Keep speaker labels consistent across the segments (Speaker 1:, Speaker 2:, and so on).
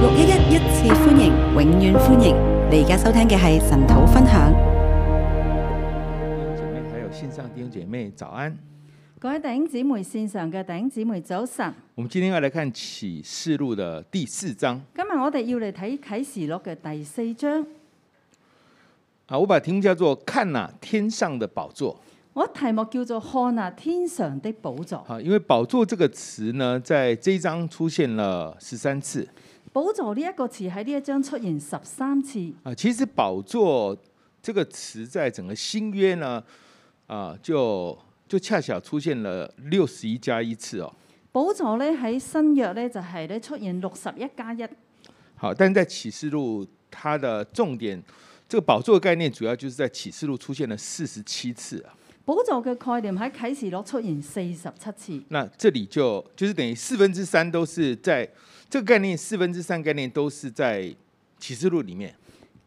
Speaker 1: 六一一一次歡迎，永遠歡迎！你而家收聽嘅係神土分享。
Speaker 2: 弟兄姐妹，还有线上弟兄姐妹，早安！
Speaker 3: 各位弟兄姊妹，線上嘅弟兄姊妹早晨。
Speaker 2: 我们今天要来看启示录的第四章
Speaker 3: 今日我哋要嚟睇啟示錄嘅第四章，
Speaker 2: 啊，我把题目叫做“看呐、天上的宝座
Speaker 3: 我題目叫做看啊天上的寶”座。
Speaker 2: 啊，因为“宝座”这个词呢，在这一章出现了十三次
Speaker 3: 寶座呢一個詞喺呢一章出現十三次。
Speaker 2: 啊。其实“宝座”这个词在整个新约呢，啊，就就恰巧出现了六十一加一次哦。
Speaker 3: 寶座咧喺新約咧就係咧出現六十一加一。
Speaker 2: 好，但是在启示录它的重点，这个宝座的概念主要就是在启示录出现了四十七次啊。
Speaker 3: 寶座嘅概念喺啟示錄出現四十七次。
Speaker 2: 那这里就就是等于四分之三都是在这个概念，四分之三概念都是在启示录里面，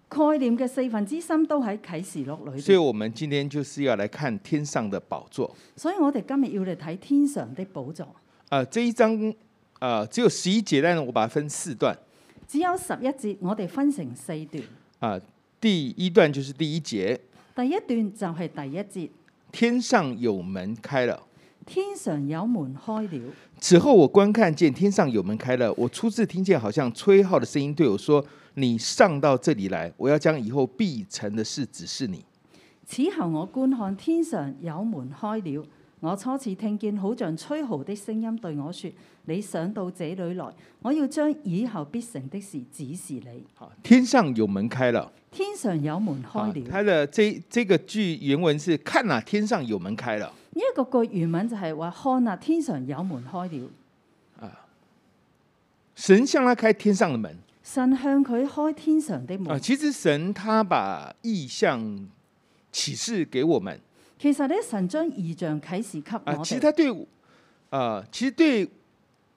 Speaker 3: 概念嘅四分之三都喺啟示錄裏
Speaker 2: 所以
Speaker 3: 邊，
Speaker 2: 我们今天就是要来看天上的宝座。
Speaker 3: 所以我哋今日要嚟睇天上的寶座。
Speaker 2: 呃，这一章呃只有十一节，但是我把它分四段
Speaker 3: 只有十一節，我哋分成四段。
Speaker 2: 啊、第一段就是第一节，
Speaker 3: 第一段就係第一節。
Speaker 2: 天上有门开了。
Speaker 3: 天上有門開了，
Speaker 2: 此后我观看见天上有门开了，我初次听见好像吹号的声音对我说：“你上到这里来，我要将以后必成的事指示你。”
Speaker 3: 此後我觀看天上有門開了。我初次聽見好像吹號的聲音對我說：你上到這裏來，我要將以後必成的事指示你。
Speaker 2: 好，天上有门开了。
Speaker 3: 天上有門
Speaker 2: 好，
Speaker 3: 開了，
Speaker 2: 它啊的这这个句原文是看呐、天上有门开了。
Speaker 3: 呢一個句原文就係話看啊，天上有門開了，
Speaker 2: 神向他开天上的门
Speaker 3: 神向佢開天上的
Speaker 2: 啊、
Speaker 3: 門。
Speaker 2: 其实神他把意象启示给我们
Speaker 3: 其實咧，神將異象啟示給
Speaker 2: 啊、
Speaker 3: 我
Speaker 2: 其实
Speaker 3: 哋。
Speaker 2: 他对啊、其实对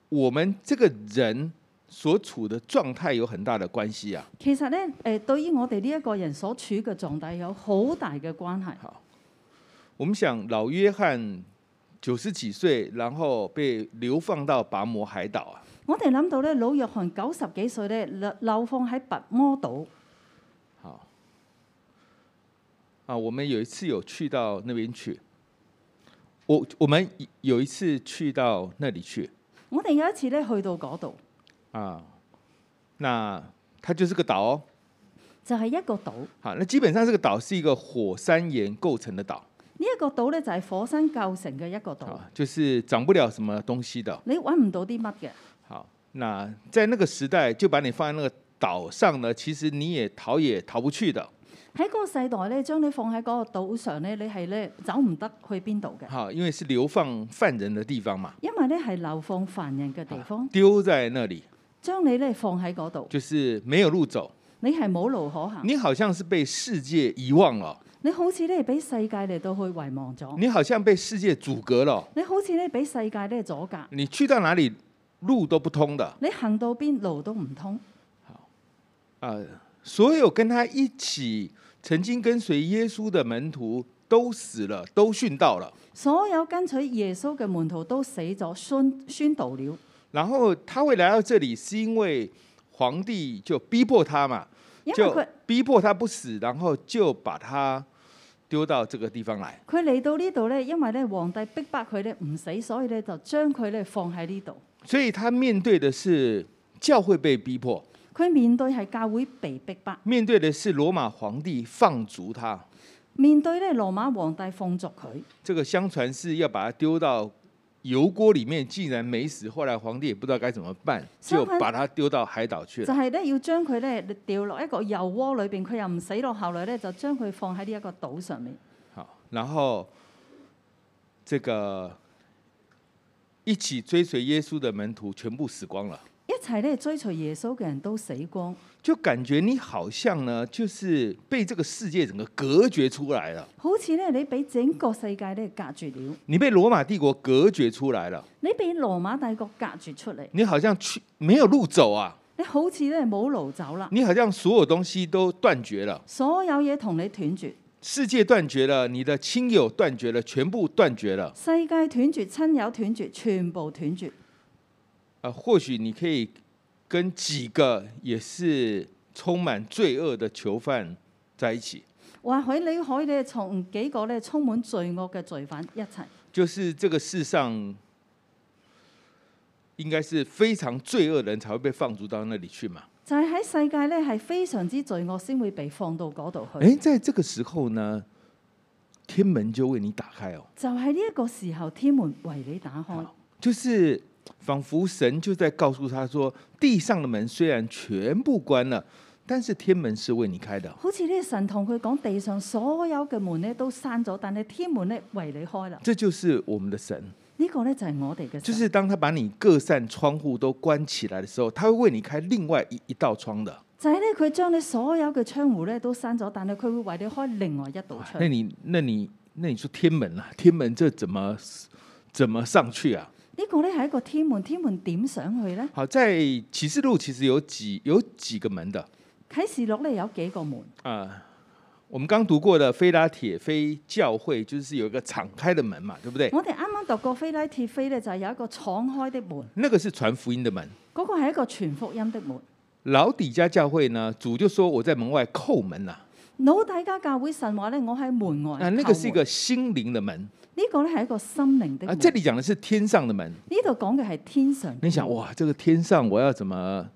Speaker 2: 我们这个人所处的状态有很大的关系啊。
Speaker 3: 其實咧，誒對於我哋呢一個人所處嘅狀態有好大嘅關係。
Speaker 2: 好，我们想老约翰九十几岁，然后被流放到拔摩海岛啊。
Speaker 3: 我哋諗到咧，老約翰九十幾歲咧，流流放喺拔摩島。
Speaker 2: 好，啊，我们有一次有去到那边去，我我们有一次去到那里去
Speaker 3: 我哋有一次咧去到嗰度，
Speaker 2: 啊，那它就是个岛哦。
Speaker 3: 就係、一個島。呢、
Speaker 2: 好，那基本上这个岛是一个火山岩构成的岛
Speaker 3: 一個島咧就係火山構成嘅一個島，
Speaker 2: 啊，就是长不了什么东西的。
Speaker 3: 你揾唔到啲乜嘅。
Speaker 2: 好，那在那个时代就把你放在那个岛上呢，其实你也逃也逃不去的。
Speaker 3: 喺嗰個世代咧，將你放喺嗰個島上咧，你係咧走唔得去邊度嘅，
Speaker 2: 好，因為是流放犯人的地方嘛，
Speaker 3: 因為咧係流放犯人嘅地方，
Speaker 2: 丢在那里
Speaker 3: 將你咧放喺嗰度，
Speaker 2: 就是没有路走，
Speaker 3: 你係冇路可行，
Speaker 2: 你好像是被世界遗忘了，
Speaker 3: 你好似咧俾世界嚟到去遺忘咗，
Speaker 2: 你好像被世界阻隔了，
Speaker 3: 你好似咧俾世界咧阻隔，
Speaker 2: 你去到哪里路都不通的
Speaker 3: 你行到邊路都唔通。
Speaker 2: 啊、所有跟他一起曾經跟隨耶穌的門徒都死了，都殉道了。
Speaker 3: 所有跟隨耶穌嘅門徒都死咗，宣宣道了。
Speaker 2: 然后他会来到这里，是因为皇帝就逼迫他嘛，
Speaker 3: 因為
Speaker 2: 就
Speaker 3: 佢
Speaker 2: 逼迫他不死，然后就把他丢到这个地方来。
Speaker 3: 佢嚟到呢度咧，因為咧皇帝逼迫佢咧唔死，所以咧就將佢咧放喺呢度。
Speaker 2: 所以他面对的是教会被逼迫，
Speaker 3: 佢面對係教會被逼迫，
Speaker 2: 面对的是罗马皇帝放逐他。
Speaker 3: 面對咧羅馬皇帝放逐佢。
Speaker 2: 这个相传是要把他丢到油锅里面，竟然没死。后来皇帝也不知道该怎么办，
Speaker 3: 相
Speaker 2: 就
Speaker 3: 传
Speaker 2: 把他丢到海岛去
Speaker 3: 就
Speaker 2: 了。
Speaker 3: 係咧要將佢咧掉落一個油鍋裏邊，佢又唔死落後來咧就將佢放喺呢一個島上面。
Speaker 2: 好，然后这个一起追隨耶稣的门徒全部死光了，
Speaker 3: 一齊咧追隨耶穌嘅人都死光，
Speaker 2: 就感觉你好像呢，就是被这个世界整个隔绝出来了，
Speaker 3: 好似咧你俾整個世界咧隔住了，
Speaker 2: 你被罗马帝国隔绝出来了，
Speaker 3: 你俾羅馬帝國隔住出嚟，
Speaker 2: 你好像去没有路走啊。
Speaker 3: 你好似咧冇路走啦。
Speaker 2: 你好像所有东西都断绝了，
Speaker 3: 所有嘢同你斷絕，
Speaker 2: 世界断绝了，你的亲友断绝了，全部断绝了。
Speaker 3: 世界斷絕，親友斷絕，全部斷絕。
Speaker 2: 啊呃，或许你可以跟几个也是充满罪恶的囚犯在一起，
Speaker 3: 話喺你海咧，從幾個咧充滿罪惡嘅罪犯一齊，
Speaker 2: 就是这个世上应该是非常罪恶的人才会被放逐到那里去嘛。
Speaker 3: 就係、喺世界咧係非常之罪惡先會被放到嗰度去。
Speaker 2: 诶，在这个时候呢，天门就为你打开哦，
Speaker 3: 就喺呢一個時候，天門為你打開，
Speaker 2: 就是仿佛神就在告诉他说，地上的门虽然全部关了，但是天门是为你开的。
Speaker 3: 好似呢神同佢講，地上所有嘅門咧都閂咗，但係天門咧為你開啦。
Speaker 2: 这就是我们的神，
Speaker 3: 呢、個咧就係我哋嘅
Speaker 2: 就
Speaker 3: 神，
Speaker 2: 是当他把你各扇窗户都关起来的时候，他会为你开另外一一道窗的。
Speaker 3: 就係咧佢將你所有嘅窗户咧都閂咗，但係佢會為你開另外一道窗
Speaker 2: 那。啊你，那你，那你说天门啊，天门这怎么怎么上去啊？
Speaker 3: 呢個咧係一個天門，天門點上去呢？
Speaker 2: 好，在启示录其实有几有几个门的，
Speaker 3: 啟示錄咧有幾個門，
Speaker 2: 啊，我们刚读过的菲拉铁非教会，就是有一个敞开的门嘛，对不对？
Speaker 3: 我哋啱啱讀過菲拉鐵非咧，就係有一個敞開的門，
Speaker 2: 那个是传福音的门。
Speaker 3: 嗰、個係一個全福音的門。
Speaker 2: 老底家教会呢，主就说我在門外叩门啦、
Speaker 3: 老大家教會神話咧，哦我喺門
Speaker 2: 啊，
Speaker 3: 外叩門。
Speaker 2: 那個是一個心靈的啊門
Speaker 3: 呢個咧係一個心靈的
Speaker 2: 啊，
Speaker 3: 門。
Speaker 2: 這裡講的是天上的門。
Speaker 3: 呢度講嘅係天上嘅門。
Speaker 2: 你想哇，這個天上我要怎麼？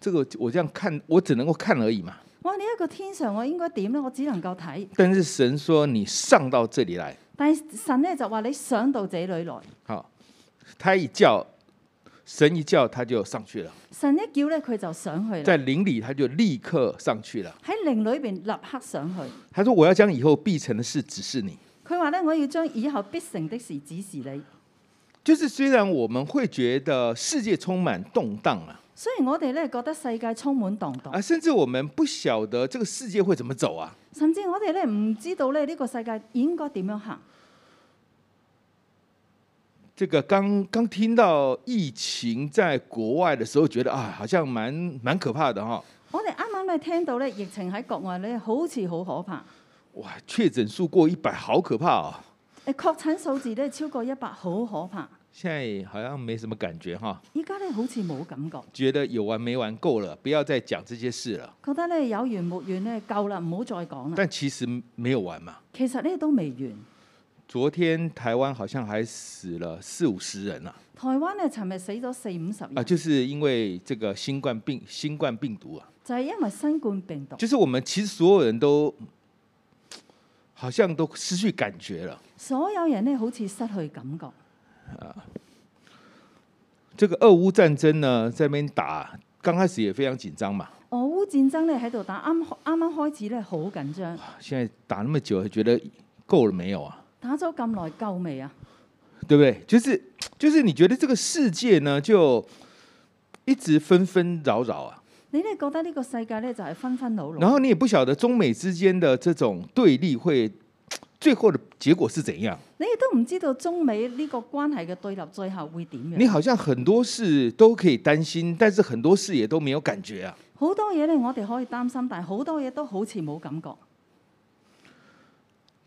Speaker 2: 這個我這樣看，我只能夠看而已嘛。
Speaker 3: 哇！呢一個天上我應該點呢？我只能夠睇，
Speaker 2: 但是神說你上到這裡來，
Speaker 3: 但係神咧就話你上到這裏來，
Speaker 2: 好，他一叫，神一叫他就上去了，
Speaker 3: 神一叫咧佢就上去啦。
Speaker 2: 在靈裡他就立刻上去了。
Speaker 3: 喺靈裏邊立刻上去。
Speaker 2: 他说：“我要将以后必成的事指示你。
Speaker 3: 佢話咧，我要將以後必成的事指示你。”
Speaker 2: 就是虽然我们会觉得世界充满动荡啊，
Speaker 3: 雖然我哋咧覺得世界充滿蕩蕩，
Speaker 2: 啊，甚至我们不晓得这个世界会怎么走啊，
Speaker 3: 甚至我哋咧唔知道咧呢個世界應該點樣行。
Speaker 2: 这个刚刚听到疫情在国外的时候，觉得啊，好像蛮蛮可怕的哈、
Speaker 3: 我哋啱啱咧聽到咧疫情喺國外咧好似好可怕，
Speaker 2: 哇，确诊数过一百，好可怕哦。
Speaker 3: 誒確診數字咧超過一百，好可怕。
Speaker 2: 现在好像没什么感觉哈、
Speaker 3: 依家咧好似冇感覺，
Speaker 2: 觉得有完没完够了，不要再讲这些事了。
Speaker 3: 覺得咧有完沒完咧夠啦，唔好再講啦。
Speaker 2: 但其实没有完嘛。
Speaker 3: 其實咧都未完。
Speaker 2: 昨天台湾好像还死了四五十人了、
Speaker 3: 台灣咧尋日死咗四五十
Speaker 2: 啊，
Speaker 3: 人，
Speaker 2: 就是因为这个新冠病新冠病毒啊，
Speaker 3: 就係因為新冠病毒，
Speaker 2: 就是我们其实所有人都嗯好像都失去感觉了。
Speaker 3: 所有人咧好似失去感覺。
Speaker 2: 这个俄乌战争呢，在那边打，刚开始也非常紧张嘛，
Speaker 3: 俄烏戰爭咧喺度打，啱啱啱開始咧好緊張，
Speaker 2: 现在打那么久，觉得够了没有啊？
Speaker 3: 打咗咁耐夠未啊？
Speaker 2: 对不对？就是就是你觉得这个世界呢，就一直纷纷扰扰啊，
Speaker 3: 你咧覺得呢個世界咧就係紛紛擾擾，
Speaker 2: 然后你也不晓得中美之间的这种对立会最后的结果是怎样。
Speaker 3: 你亦都唔知道中美呢個關係嘅對立最後會點
Speaker 2: 你
Speaker 3: 樣。
Speaker 2: 好像很多事都可以担心，但是很多事也都没有感觉啊。
Speaker 3: 好多嘢咧，我哋可以擔心，但係好多嘢都好似冇感覺。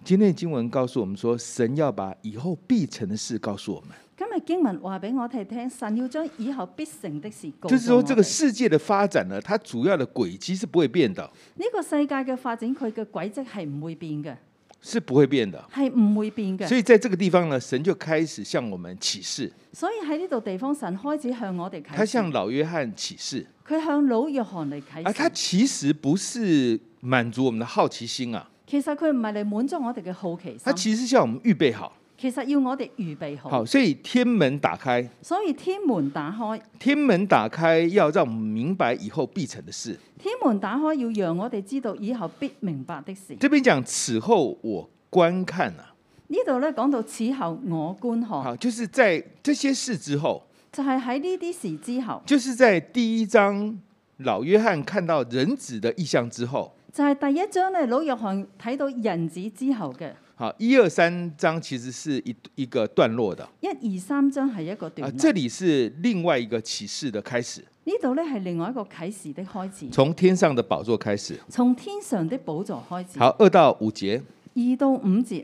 Speaker 2: 今天的经文告诉我们说，神要把以后必成的事告诉我们，
Speaker 3: 今日經文話俾我哋聽，神要將以後必成的事告訴我
Speaker 2: 就
Speaker 3: 哋。
Speaker 2: 是说这个世界的发展呢，它主要的轨迹是不会变的，
Speaker 3: 呢個世界嘅發展，佢嘅軌跡係唔會變嘅，
Speaker 2: 是不会變的。
Speaker 3: 係唔會變
Speaker 2: 所
Speaker 3: 嘅。
Speaker 2: 以在这个地方呢，神就开始向我们启示，
Speaker 3: 所以喺呢度地方，神開始向我哋
Speaker 2: 他
Speaker 3: 啟示
Speaker 2: 向老约翰启示，
Speaker 3: 佢向老約翰嚟啟
Speaker 2: 而他
Speaker 3: 示。
Speaker 2: 其实不是满足我们的好奇心啊，
Speaker 3: 其實佢唔係嚟滿足我哋嘅好奇
Speaker 2: 他
Speaker 3: 心，
Speaker 2: 其实是要我们预备好。
Speaker 3: 其實要我哋預備好。
Speaker 2: 好，所以天门打开，
Speaker 3: 所以天門打開，
Speaker 2: 天门打开要让我们明白以后必成的事。
Speaker 3: 天門打開要讓我哋知道以後必明白的事。
Speaker 2: 这边讲此后我观看啊，
Speaker 3: 呢度咧講到此後我觀看，
Speaker 2: 好，就是在这些事之后，
Speaker 3: 就係喺呢啲事之後，
Speaker 2: 就是在第一章老约翰看到人子的意象之后，
Speaker 3: 就係、第一章咧老約翰睇到人子之後嘅
Speaker 2: 好，一二三章其实是一一个段落的
Speaker 3: 一二三章係一個
Speaker 2: 啊
Speaker 3: 段，落。
Speaker 2: 这里是另外一个启示的开始，
Speaker 3: 呢度咧係另外一個啟示的開始，
Speaker 2: 从天上的宝座开始。
Speaker 3: 從天上的寶座開始。
Speaker 2: 好，二到五节，
Speaker 3: 二到五節，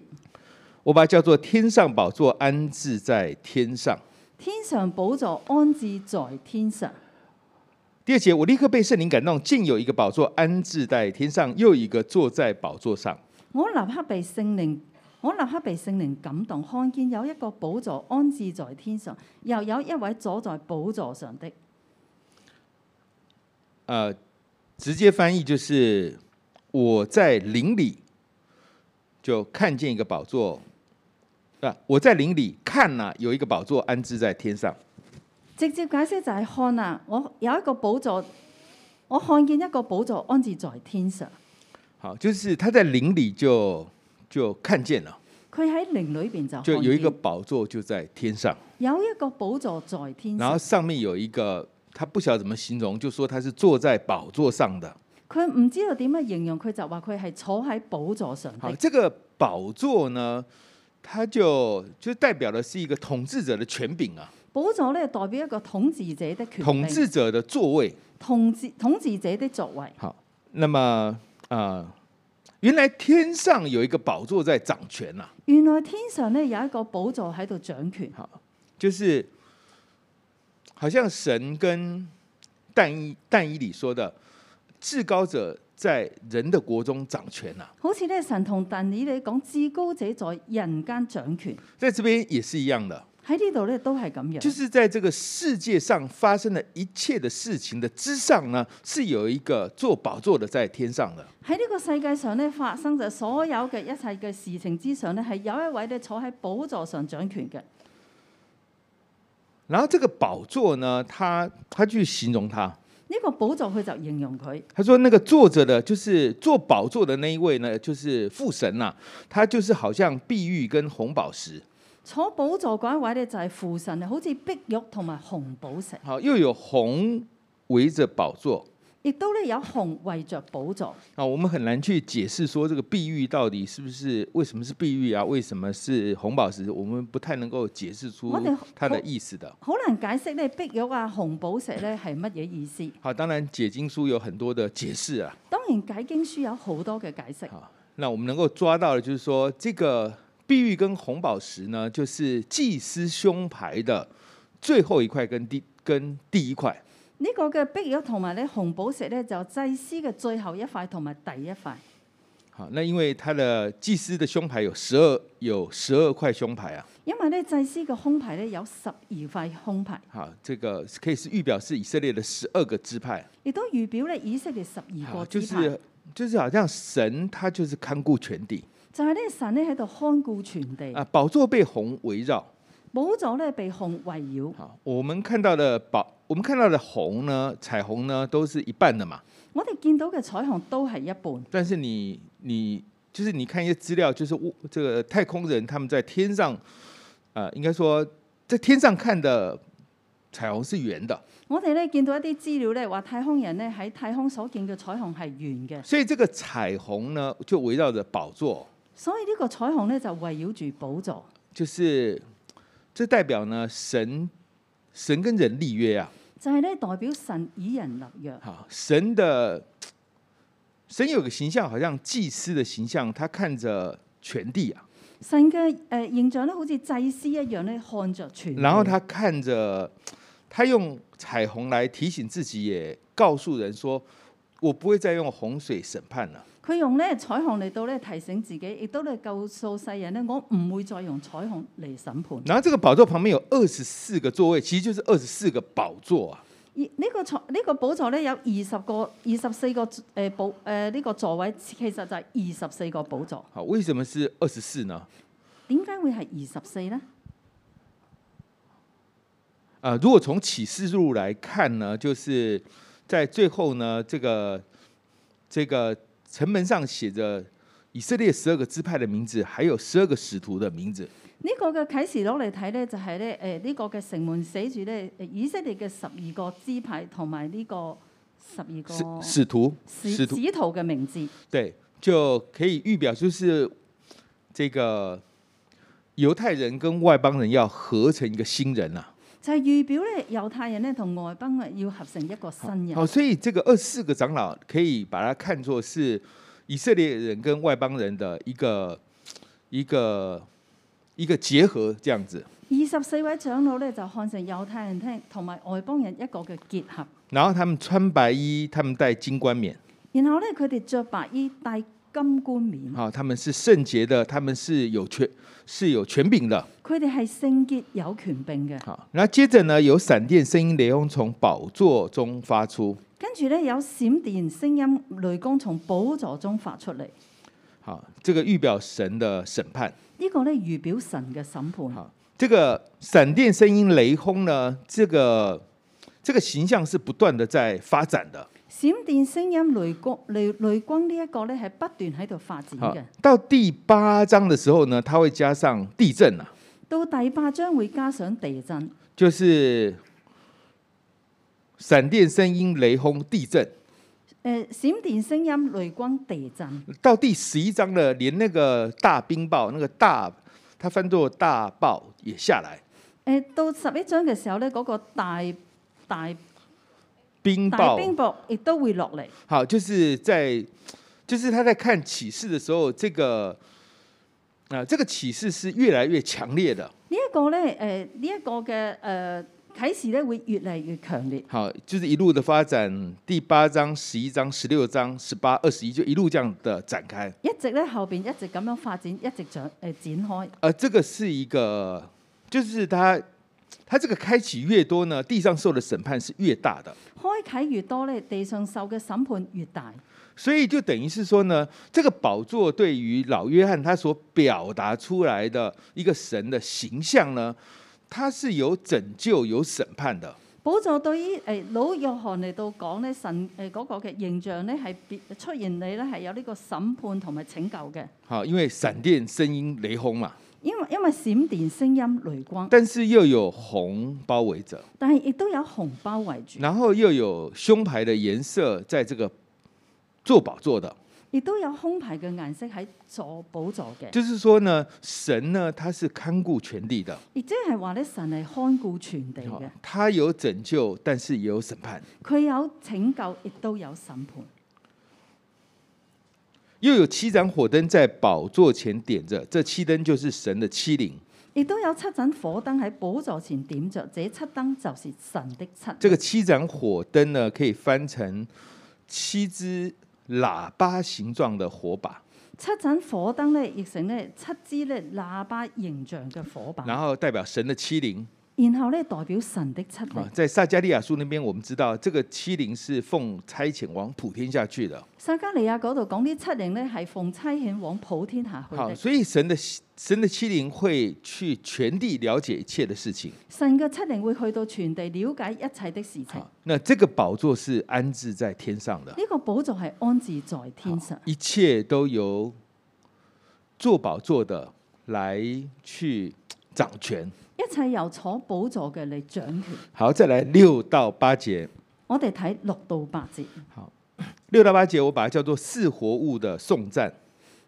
Speaker 2: 我把它叫做天上宝座安置在天上。
Speaker 3: 天上寶座安置在天上。
Speaker 2: 第二节，我立刻被圣灵感动，竟有一个宝座安置在天上，又一个坐在宝座上。
Speaker 3: 我立刻被聖靈，我立刻被聖靈感動，看見有一個寶座安置在天上，又有一位坐在寶座上的。
Speaker 2: 呃，直接翻译就是我在林里就看见一个宝座，啊，我在林里看呐、有一个宝座安置在天上。
Speaker 3: 直接解釋就係看啊，我有一個寶座，我看見一個寶座安置在天上。
Speaker 2: 好，就是他在林里就就看见了，
Speaker 3: 佢喺靈裏邊就看
Speaker 2: 就有一個
Speaker 3: 見
Speaker 2: 宝座就在天上，
Speaker 3: 有一個寶座在天
Speaker 2: 然後
Speaker 3: 上，
Speaker 2: 上面有一個他不曉得怎麼形容，就說他是坐在寶座上的。
Speaker 3: 佢唔知道點樣形容，佢就話佢係坐喺寶座上
Speaker 2: 好，
Speaker 3: 的。
Speaker 2: 这個寶座呢，它就就代表的是一個統治者的權柄啊，
Speaker 3: 寶座咧代表一個統治者的權
Speaker 2: 統
Speaker 3: 柄，
Speaker 2: 治者的座位。
Speaker 3: 統治統治者的作為。
Speaker 2: 好，那麼啊、呃原來天上有一個寶座在掌權啊，
Speaker 3: 原來天上咧有一個寶座喺度掌權。
Speaker 2: 就是好像神跟但以但以理说的，至高者在人的国中掌权啊，
Speaker 3: 好似咧，神同但以理講至高者在人間掌權，
Speaker 2: 在这邊也是一樣的，
Speaker 3: 喺呢度咧都係咁樣。
Speaker 2: 就是在這個世界上发生的一切的事情的之上呢，是有一個坐寶座的在天上的。
Speaker 3: 喺呢個世界上咧發生就所有嘅一切嘅事情之上咧，係有一位咧坐喺寶座上掌權嘅。
Speaker 2: 然後這個寶座呢，他他去形容它，
Speaker 3: 呢、個寶座佢就形容佢，
Speaker 2: 他说那个坐着的，就是坐宝座的那一位呢，就是父神呐、他就是好像碧玉跟红宝石，
Speaker 3: 坐寶座嗰一位咧就係父神，好似碧玉同埋紅寶石，
Speaker 2: 好又有红围着宝座
Speaker 3: 亦都咧有紅圍着寶座。
Speaker 2: 啊，我们很难去解释说这个碧玉到底是不是为什么是碧玉啊，为什么是红宝石，我们不太能够解释出
Speaker 3: 我哋
Speaker 2: 它的意思的。
Speaker 3: 好難解釋咧碧玉啊紅寶石咧係乜嘢意思。
Speaker 2: 好，当然解经书有很多的解释啊，
Speaker 3: 當然解經書有好多嘅解釋。
Speaker 2: 好，那我们能够抓到的就是说，这个碧玉跟红宝石呢，就是祭司胸牌的最后一块跟第跟第一块。
Speaker 3: 呢個嘅碧玉同埋咧紅寶石咧，就祭司嘅最後一塊同埋第一塊。
Speaker 2: 好，那因为他的祭司的胸牌有十二有十二块胸牌啊，
Speaker 3: 因為咧祭司嘅胸牌咧有十二塊胸牌，
Speaker 2: 好，这个可以是预表是以色列的十二个支派，
Speaker 3: 亦都預表咧以色列十二
Speaker 2: 好
Speaker 3: 個
Speaker 2: 啊就
Speaker 3: 支派
Speaker 2: 是。就是好像神他就是看顾全地
Speaker 3: 就係咧神咧喺度看顧全
Speaker 2: 啊，
Speaker 3: 地，
Speaker 2: 宝座被红围绕。
Speaker 3: 寶座咧被紅圍繞。
Speaker 2: 好，我们看到的宝，我们看到的红呢，彩虹呢，都是一半的嘛。
Speaker 3: 我哋見到嘅彩虹都係一半，
Speaker 2: 但是你你就是你看一些资料，就是我这个太空人他们在天上，呃，应该说在天上看的彩虹是圆的，
Speaker 3: 我哋咧見到一啲資料咧話太空人咧喺太空所見嘅彩虹係圓嘅，
Speaker 2: 所以这个彩虹呢就围绕着宝座，
Speaker 3: 所以呢個彩虹咧就圍繞住寶座。
Speaker 2: 就是这代表呢神神跟人立约啊，
Speaker 3: 就係咧代表神以人立約，
Speaker 2: 好，神的神有个形象，好像祭司的形象，他看着全地啊，
Speaker 3: 神嘅誒、呃形象咧，好似祭司一樣咧，看着全地。
Speaker 2: 然后他看着，他用彩虹来提醒自己，也告诉人说：“我不会再用洪水审判了。
Speaker 3: 佢用咧彩虹嚟到咧提醒自己，亦都咧告訴世人咧，我唔會再用彩虹嚟審判”。
Speaker 2: 然后这个宝座旁边有二十四个座位，其实就是二十四个宝座啊。
Speaker 3: 而呢個彩呢、個寶座咧有二十個、二十四個誒寶誒呢個座位，其實就係二十四個寶座。
Speaker 2: 好，为什么是二十四呢？
Speaker 3: 點解會係二十四咧？
Speaker 2: 啊，如果从启示录来看呢，就是在最后呢，这个这个城门上写着以色列十二个支派的名字，还有十二个使徒的名字。
Speaker 3: 呢個嘅啟示攞嚟睇咧，就係咧誒呢個嘅城門寫住咧誒以色列嘅十二個支派同埋呢個十二個
Speaker 2: 使使徒，
Speaker 3: 哦使
Speaker 2: 使徒
Speaker 3: 徒嘅名字。
Speaker 2: 对，就可以预表就是这个犹太人跟外邦人要合成一个新人呐、啊
Speaker 3: 就係預表咧，猶太人咧同外邦人要合成一個新人
Speaker 2: 好，。所以这个二十四个长老可以把它看作是以色列人跟外邦人的一个一个一个结合这样子。
Speaker 3: 二十四位長老咧就看成猶太人聽同埋外邦人一個嘅結合。
Speaker 2: 然后他们穿白衣，他们戴金冠冕，
Speaker 3: 然後咧，佢哋着白衣，戴金冠冕，
Speaker 2: 好、他们是圣洁的，他们是有权是有权柄的。
Speaker 3: 佢哋係聖潔有權柄嘅。
Speaker 2: 好，然后接着呢，有闪电、声音、雷轰从宝座中发出。
Speaker 3: 跟住咧，有閃電聲音、雷光從寶座中發出嚟。
Speaker 2: 好，这个预表神的审判。
Speaker 3: 呢、個咧預表神嘅審判。
Speaker 2: 好，这个闪电、声音、雷轰呢，这个这个形象是不断的在发展的。
Speaker 3: 閃電聲音、雷光、雷雷光呢一個咧係不斷喺度發展
Speaker 2: 好
Speaker 3: 嘅。，
Speaker 2: 到第八章的时候呢，它会加上地震啊，
Speaker 3: 到第八章會加上地震，
Speaker 2: 就是闪电、声音、雷轰、地震。
Speaker 3: 誒、閃電聲音、雷光、地震。
Speaker 2: 到第十一章呢，连那个大冰雹，那个大，它翻作大暴也下来，
Speaker 3: 誒、到十一章嘅時候咧，嗰、個大大
Speaker 2: 冰
Speaker 3: 大
Speaker 2: 雹。
Speaker 3: 冰雹亦都會落嚟。
Speaker 2: 好，就是在，就是他在看启示的时候，这个，啊、这个启示是越来越强烈的。
Speaker 3: 呢一個咧，誒呢一個嘅誒啟示咧，會越嚟越強烈。
Speaker 2: 好，就是一路的发展，第八章、十一章、十六章、十八、二十一，就一路这样的展开。
Speaker 3: 一直咧後邊一直咁樣發展，一直展誒、呃展開。
Speaker 2: 而这个是一个，就是他，他这个开启越多呢，地上受的审判是越大的。
Speaker 3: 開啓越多咧，地上受嘅審判越大。
Speaker 2: 所以就等于是说呢，这个宝座对于老约翰他所表达出来的一个神的形象呢，它是有拯救、有审判的。
Speaker 3: 寶座對於誒、呃老約翰嚟到講咧，神誒嗰、個嘅形象咧係別出現你咧係有呢個審判同埋拯救嘅，
Speaker 2: 好，因为闪电、声音、雷轰嘛，
Speaker 3: 因為因為閃電、聲音、雷光，
Speaker 2: 但是又有红包围着，
Speaker 3: 但係亦都有紅包圍住，
Speaker 2: 然后又有胸牌的颜色，在这个做宝座的，
Speaker 3: 亦都有空牌嘅顏色喺座寶座嘅，
Speaker 2: 就是说呢，神呢他是看顾全地的，
Speaker 3: 亦即係話咧神係看顧全地
Speaker 2: 好
Speaker 3: 嘅，
Speaker 2: 他有拯救，但是也有审判，
Speaker 3: 佢有拯救，亦都有審判。
Speaker 2: 又有七盏火灯在宝座前点着，这七灯就是神的七灵。
Speaker 3: 亦都有七盞火燈喺寶座前點着，這七燈就是神的七。
Speaker 2: 这个七盏火灯呢，可以翻成七只喇叭形状的火把，
Speaker 3: 七盞火燈咧，亦成咧七支咧喇叭形象嘅火把，
Speaker 2: 然后代表神的七灵
Speaker 3: 然後咧代表神的七
Speaker 2: 啊
Speaker 3: 靈。。
Speaker 2: 在撒加利亚书那边，我们知道这个七灵是奉差遣往普天下去的。
Speaker 3: 撒加利亞嗰度講呢七靈咧係奉差遣往普天下去
Speaker 2: 好，
Speaker 3: 的。
Speaker 2: 所以神的神的七灵会去全地了解一切的事情。
Speaker 3: 神嘅七靈會去到全地了解一切的事情。
Speaker 2: 好
Speaker 3: 呢、，
Speaker 2: 那这个宝座是安置在天上的，
Speaker 3: 個寶座係安置在天上，
Speaker 2: 一切都由做宝座的来去掌权。
Speaker 3: 一切由坐寶座嘅嚟掌權。
Speaker 2: 好，再来六到八节。
Speaker 3: 我哋睇六到八節。
Speaker 2: 六到八节，我把它叫做四活物的颂赞。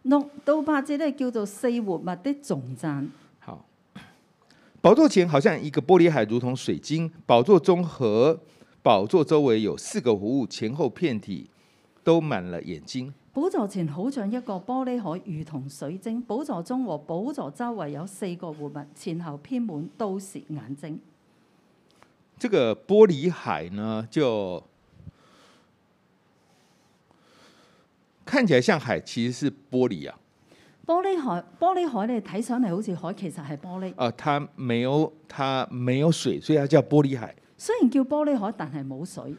Speaker 3: 六到八節咧叫做四活物的重讚。
Speaker 2: 好，宝座前好像一个玻璃海，如同水晶；宝座中和宝座周围有四个活物，前后片体都满了眼睛。
Speaker 3: 寶座前好像一個玻璃海，如同水晶。寶座中和寶座周圍有四個活物，前後偏滿，都是眼睛。
Speaker 2: 这个玻璃海呢，就看起来像海，其实是玻璃啊。
Speaker 3: 玻璃海，玻璃海你睇上嚟好似海，其實係玻璃。
Speaker 2: 啊、它没有它没有水，所以它叫玻璃海。
Speaker 3: 雖然叫玻璃海，但係冇水。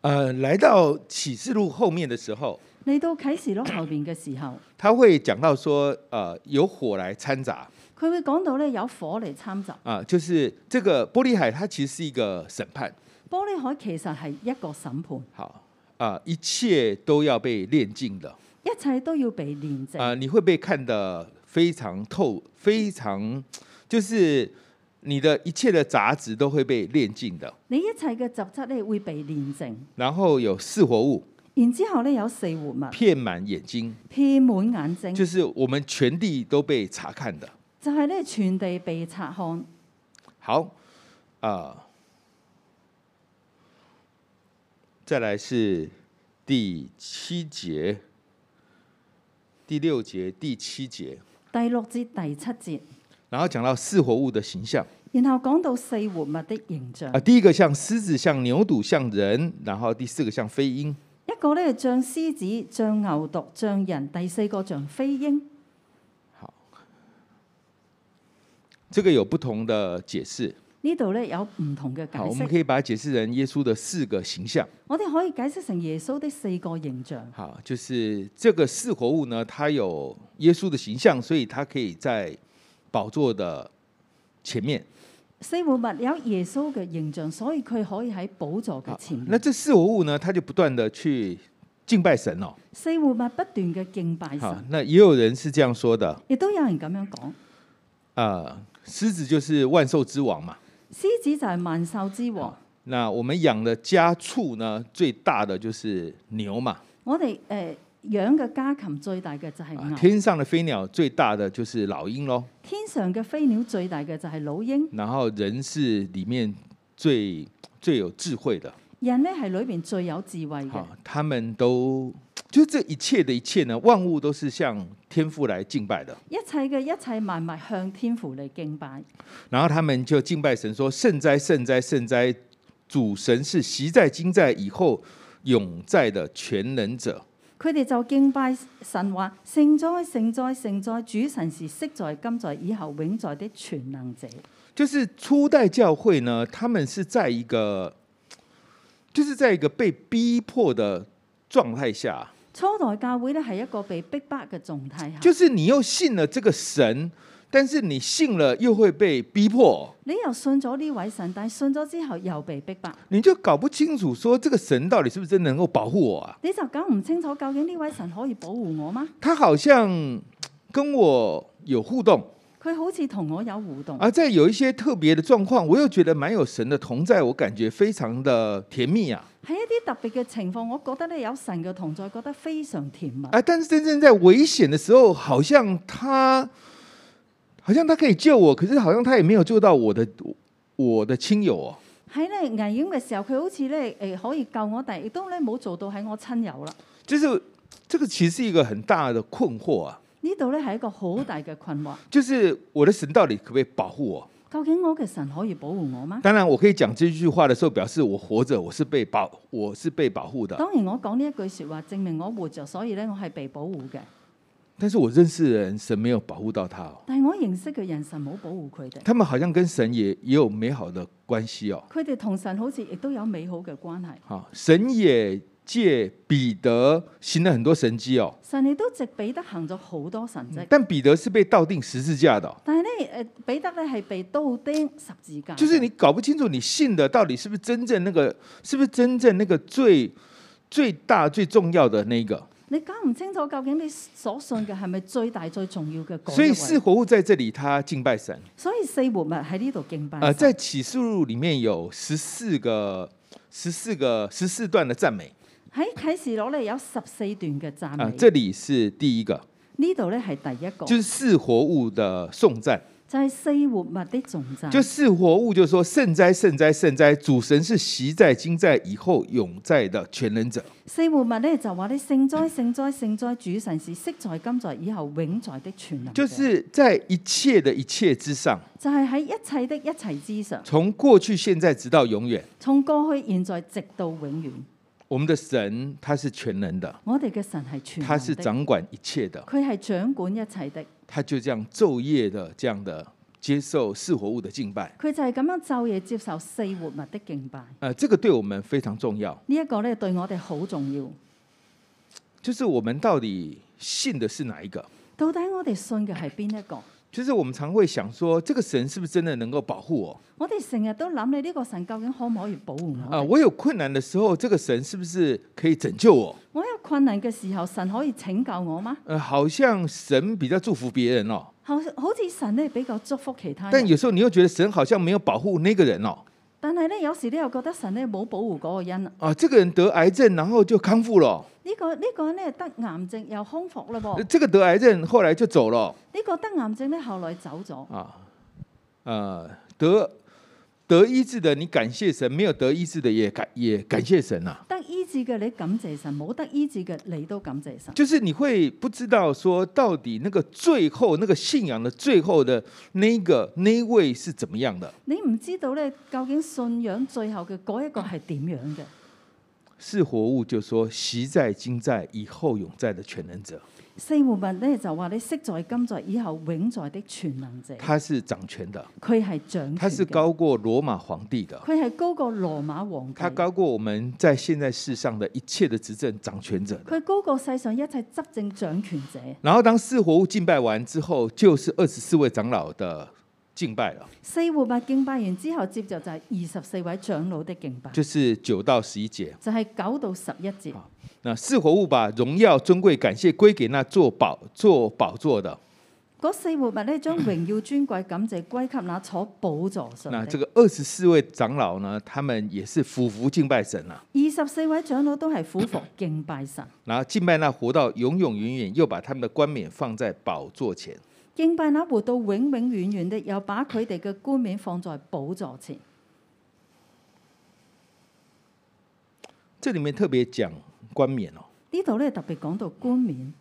Speaker 2: 呃，来到启示录后面的時候，
Speaker 3: 嚟到啟示錄後面嘅時候，
Speaker 2: 他会讲到说，呃，有火来掺杂
Speaker 3: 佢會講到咧有火嚟參雜。
Speaker 2: 啊、就是这个玻璃海，它其實是一个审判，
Speaker 3: 玻璃海其實係一個審判，
Speaker 2: 好啊、一切都要被炼尽的
Speaker 3: 一切都要被煉淨。
Speaker 2: 啊、你会被看得非常透，非常就是你的一切的杂质都会被炼尽的，
Speaker 3: 你一切嘅雜質咧會被煉淨，
Speaker 2: 然后有四活物
Speaker 3: 然之後咧有四活物，
Speaker 2: 片满眼睛，
Speaker 3: 遍滿眼睛。
Speaker 2: 就是我们全地都被查看的。
Speaker 3: 就係咧全地被察看。
Speaker 2: 好，啊、再来是第七节、第六节、第七节，
Speaker 3: 第六節、第七節
Speaker 2: 然后讲到四活物的形象，
Speaker 3: 然後講到四活物的形象
Speaker 2: 啊，，第一个像狮子，像牛犊，像人，然后第四个像飞鹰。
Speaker 3: 一個咧像獅子、像牛犢、像人，第四個像飛鷹。
Speaker 2: 这个有不同的解释。
Speaker 3: 呢度咧有唔同嘅解
Speaker 2: 好，我们
Speaker 3: 釋，
Speaker 2: 可以把它解释成耶稣的四个形象。
Speaker 3: 我哋可以解釋成耶穌的四個形象。
Speaker 2: 好，就是这个四活物呢，它有耶稣的形象，所以它可以在宝座的前面。
Speaker 3: 四活物有耶穌嘅形象，所以佢可以喺寶座嘅前
Speaker 2: 嗯那
Speaker 3: 面。
Speaker 2: 这四活物呢，它就不断的去敬拜神哦。
Speaker 3: 四活物不斷嘅敬拜
Speaker 2: 好
Speaker 3: 神，，
Speaker 2: 那也有人是这样说的，
Speaker 3: 亦都有人咁樣講。
Speaker 2: 呃，狮子就是万兽之王嘛。
Speaker 3: 獅子就係萬獸之王。
Speaker 2: 那我们养的家畜呢，最大的就是牛嘛，
Speaker 3: 我哋誒、呃、養嘅家禽最大嘅就係
Speaker 2: 啊
Speaker 3: 牛，
Speaker 2: 天上的飞鸟最大的就是老鹰喽。
Speaker 3: 天上嘅飛鳥最大嘅就係老鷹，
Speaker 2: 然后人是里面最最有智慧的，
Speaker 3: 人咧係裏邊最有智慧嘅
Speaker 2: 好。，他们都就这一切的一切呢，万物都是向天父来敬拜的。
Speaker 3: 一切嘅一切萬物向天父嚟敬拜，
Speaker 2: 然后他们就敬拜神说：“圣哉，圣哉，圣哉！主神是习在、今在、以后永在的全能者。
Speaker 3: 佢哋就敬拜神話：聖哉，聖哉，聖哉！主神是昔在、今在、以後永在的全能者。”
Speaker 2: 就是初代教会呢，他们是在一个，就是在一个被逼迫的状态下，
Speaker 3: 初代教會咧係一個被逼迫嘅狀態下，
Speaker 2: 就是你又信了这个神，但是你信了又会被逼迫，
Speaker 3: 你又信咗呢位神，但係信咗之後又被逼迫，
Speaker 2: 你就搞不清楚说这个神到底是不是真的能够保护我啊？
Speaker 3: 你就搞唔清楚究竟呢位神可以保護我嗎？
Speaker 2: 他好像跟我有互动，
Speaker 3: 佢好似同我有互動。
Speaker 2: 而在有一些特别的状况，我又觉得蛮有神的同在，我感觉非常的甜蜜啊！
Speaker 3: 喺一啲特別嘅情況，我覺得咧有神嘅同在，覺得非常甜蜜。
Speaker 2: 啊，但是真正在危险的时候，好像他，好像他可以救我，可是好像他也没有救到我的我的亲友哦。
Speaker 3: 喺咧危險嘅時候，佢好似咧誒可以救我，但係亦都咧冇做到喺我親友啦。
Speaker 2: 就是这个其实是一个很大的困惑啊，
Speaker 3: 呢度咧係一個好大嘅困惑。
Speaker 2: 就是我的神到底可不可以保护我？
Speaker 3: 究竟我嘅神可以保護我嗎？
Speaker 2: 当然，我可以讲这句话的时候，表示我活着，我是被保，我是被保护的。
Speaker 3: 當然我講呢一句説話，證明我活着，所以咧我係被保護嘅。
Speaker 2: 但是我认识的人，神没有保护到他哦。
Speaker 3: 但係我認識嘅人，神冇保護佢哋，
Speaker 2: 他们好像跟神也也有美好的关系哦。
Speaker 3: 佢哋同神好似亦都有美好嘅關係。
Speaker 2: 好，神也借彼得行了很多神迹哦，
Speaker 3: 神亦都藉彼得行咗好多神蹟，
Speaker 2: 但彼得是被倒定十字架的哦、
Speaker 3: 但係咧誒彼得咧係被刀釘十字架嘅。
Speaker 2: 就是你搞不清楚你信的到底是不是真正那个，是不是真正那个最最大最重要的那个。
Speaker 3: 你搞唔清楚究竟你所信嘅係咪最大最重要嘅嗰
Speaker 2: 所
Speaker 3: 一
Speaker 2: 以
Speaker 3: 位？
Speaker 2: 四活物在这里他敬拜神，
Speaker 3: 所以四活物喺呢度敬拜神。
Speaker 2: 呃，在启示录里面有十四个。十四个十四段的赞美
Speaker 3: 喺啟示錄咧有十四段嘅讚
Speaker 2: 啊、
Speaker 3: 美，
Speaker 2: 这里是第一个，
Speaker 3: 呢度咧係第一個，
Speaker 2: 就是四活物的颂赞。
Speaker 3: 就係四活物的重讚。
Speaker 2: 就四活物就说：“圣哉，圣哉，圣哉！主神是习在、今在、以后永在的全能者。
Speaker 3: 四活物咧就話咧聖哉聖哉聖哉，主神是昔在今在以後永在的全能”
Speaker 2: 就
Speaker 3: 者，
Speaker 2: 是在一切的一切之上，
Speaker 3: 就係喺一切的一切之上，
Speaker 2: 从过去、现在直到永远，
Speaker 3: 從過去現在直到永遠，
Speaker 2: 我们的神他是全能的，
Speaker 3: 我哋嘅神係全
Speaker 2: 他
Speaker 3: 能
Speaker 2: 是
Speaker 3: 的，
Speaker 2: 掌管一切的，
Speaker 3: 佢係掌管一切的，
Speaker 2: 他就这样昼夜的这样的接受四活物的敬拜。
Speaker 3: 佢就係咁樣晝夜接受四活物的敬拜。
Speaker 2: 呃，这个对我们非常重要，
Speaker 3: 呢一個咧對我哋好重要。
Speaker 2: 就是我们到底信的是哪一个？
Speaker 3: 到底我哋信嘅係邊一個？
Speaker 2: 就是我们常会想说，这个神是不是真的能够保护我？
Speaker 3: 我哋成日都諗你呢個神究竟可唔可以保護
Speaker 2: 啊、
Speaker 3: 我哋？
Speaker 2: 我有困难的时候，这个神是不是可以拯救我？
Speaker 3: 我有困難嘅時候，神可以拯救我嗎？
Speaker 2: 呃，好像神比较祝福别人哦，
Speaker 3: 好好似神咧比較祝福其他
Speaker 2: 但
Speaker 3: 人，
Speaker 2: 啊有时候你又觉得神好像没有保护那个人哦。
Speaker 3: 但係咧有時咧又覺得神咧冇保護嗰個人。呢、
Speaker 2: 啊，这个人得癌症，然后就康复了哦；
Speaker 3: 個呢、個人咧得癌症又康復嘞噃，
Speaker 2: 呃
Speaker 3: 呢、
Speaker 2: 这个得癌症后来就走了
Speaker 3: 個得癌症咧後來走咗。
Speaker 2: 啊。呃，得得医治的你感谢神，没有得医治的也感也感谢神呐、啊
Speaker 3: 得醫治嘅，你感謝神；冇得醫治嘅，你都感謝神。
Speaker 2: 就是你会不知道说到底那个最后那个信仰的最后的那个那一位是怎么样的，
Speaker 3: 你唔知道咧，究竟信仰最後嘅嗰一個係點樣嘅？
Speaker 2: 是活物就说习在今在以后永在的全能者，
Speaker 3: 四活物咧就話你昔在今在以後永在的全能者，
Speaker 2: 他是掌权的，
Speaker 3: 佢係掌權
Speaker 2: 他是
Speaker 3: 嘅
Speaker 2: 高过罗马皇帝的，
Speaker 3: 佢係高過羅馬皇帝
Speaker 2: 他，高过我们在现在世上的一切的执政掌权者的。
Speaker 3: 佢高過世上一切執政掌權者。
Speaker 2: 然后当四活物敬拜完之后，就是二十四位长老的敬拜了，
Speaker 3: 四活物敬拜完之後，接着就係二十四位長老的敬拜，
Speaker 2: 就是啊九到十一节。
Speaker 3: 就係九到十一節。
Speaker 2: 那四活物把荣耀、尊贵、感谢归给那做宝做宝座的。
Speaker 3: 嗰四活物咧，將榮耀、尊貴、感謝歸給那坐寶座上
Speaker 2: 那
Speaker 3: 的。
Speaker 2: 这个二十四位长老呢，他们也是俯伏敬拜神啊，
Speaker 3: 二十四位長老都係俯伏敬 拜神，
Speaker 2: 然后敬拜那活到永永远远，又把他们的冠冕放在宝座前。
Speaker 3: 敬拜那活到永永遠遠的，又把佢哋嘅冠冕放在寶座前。
Speaker 2: 这里面特别讲冠冕哦，
Speaker 3: 呢度咧特別講到冠冕，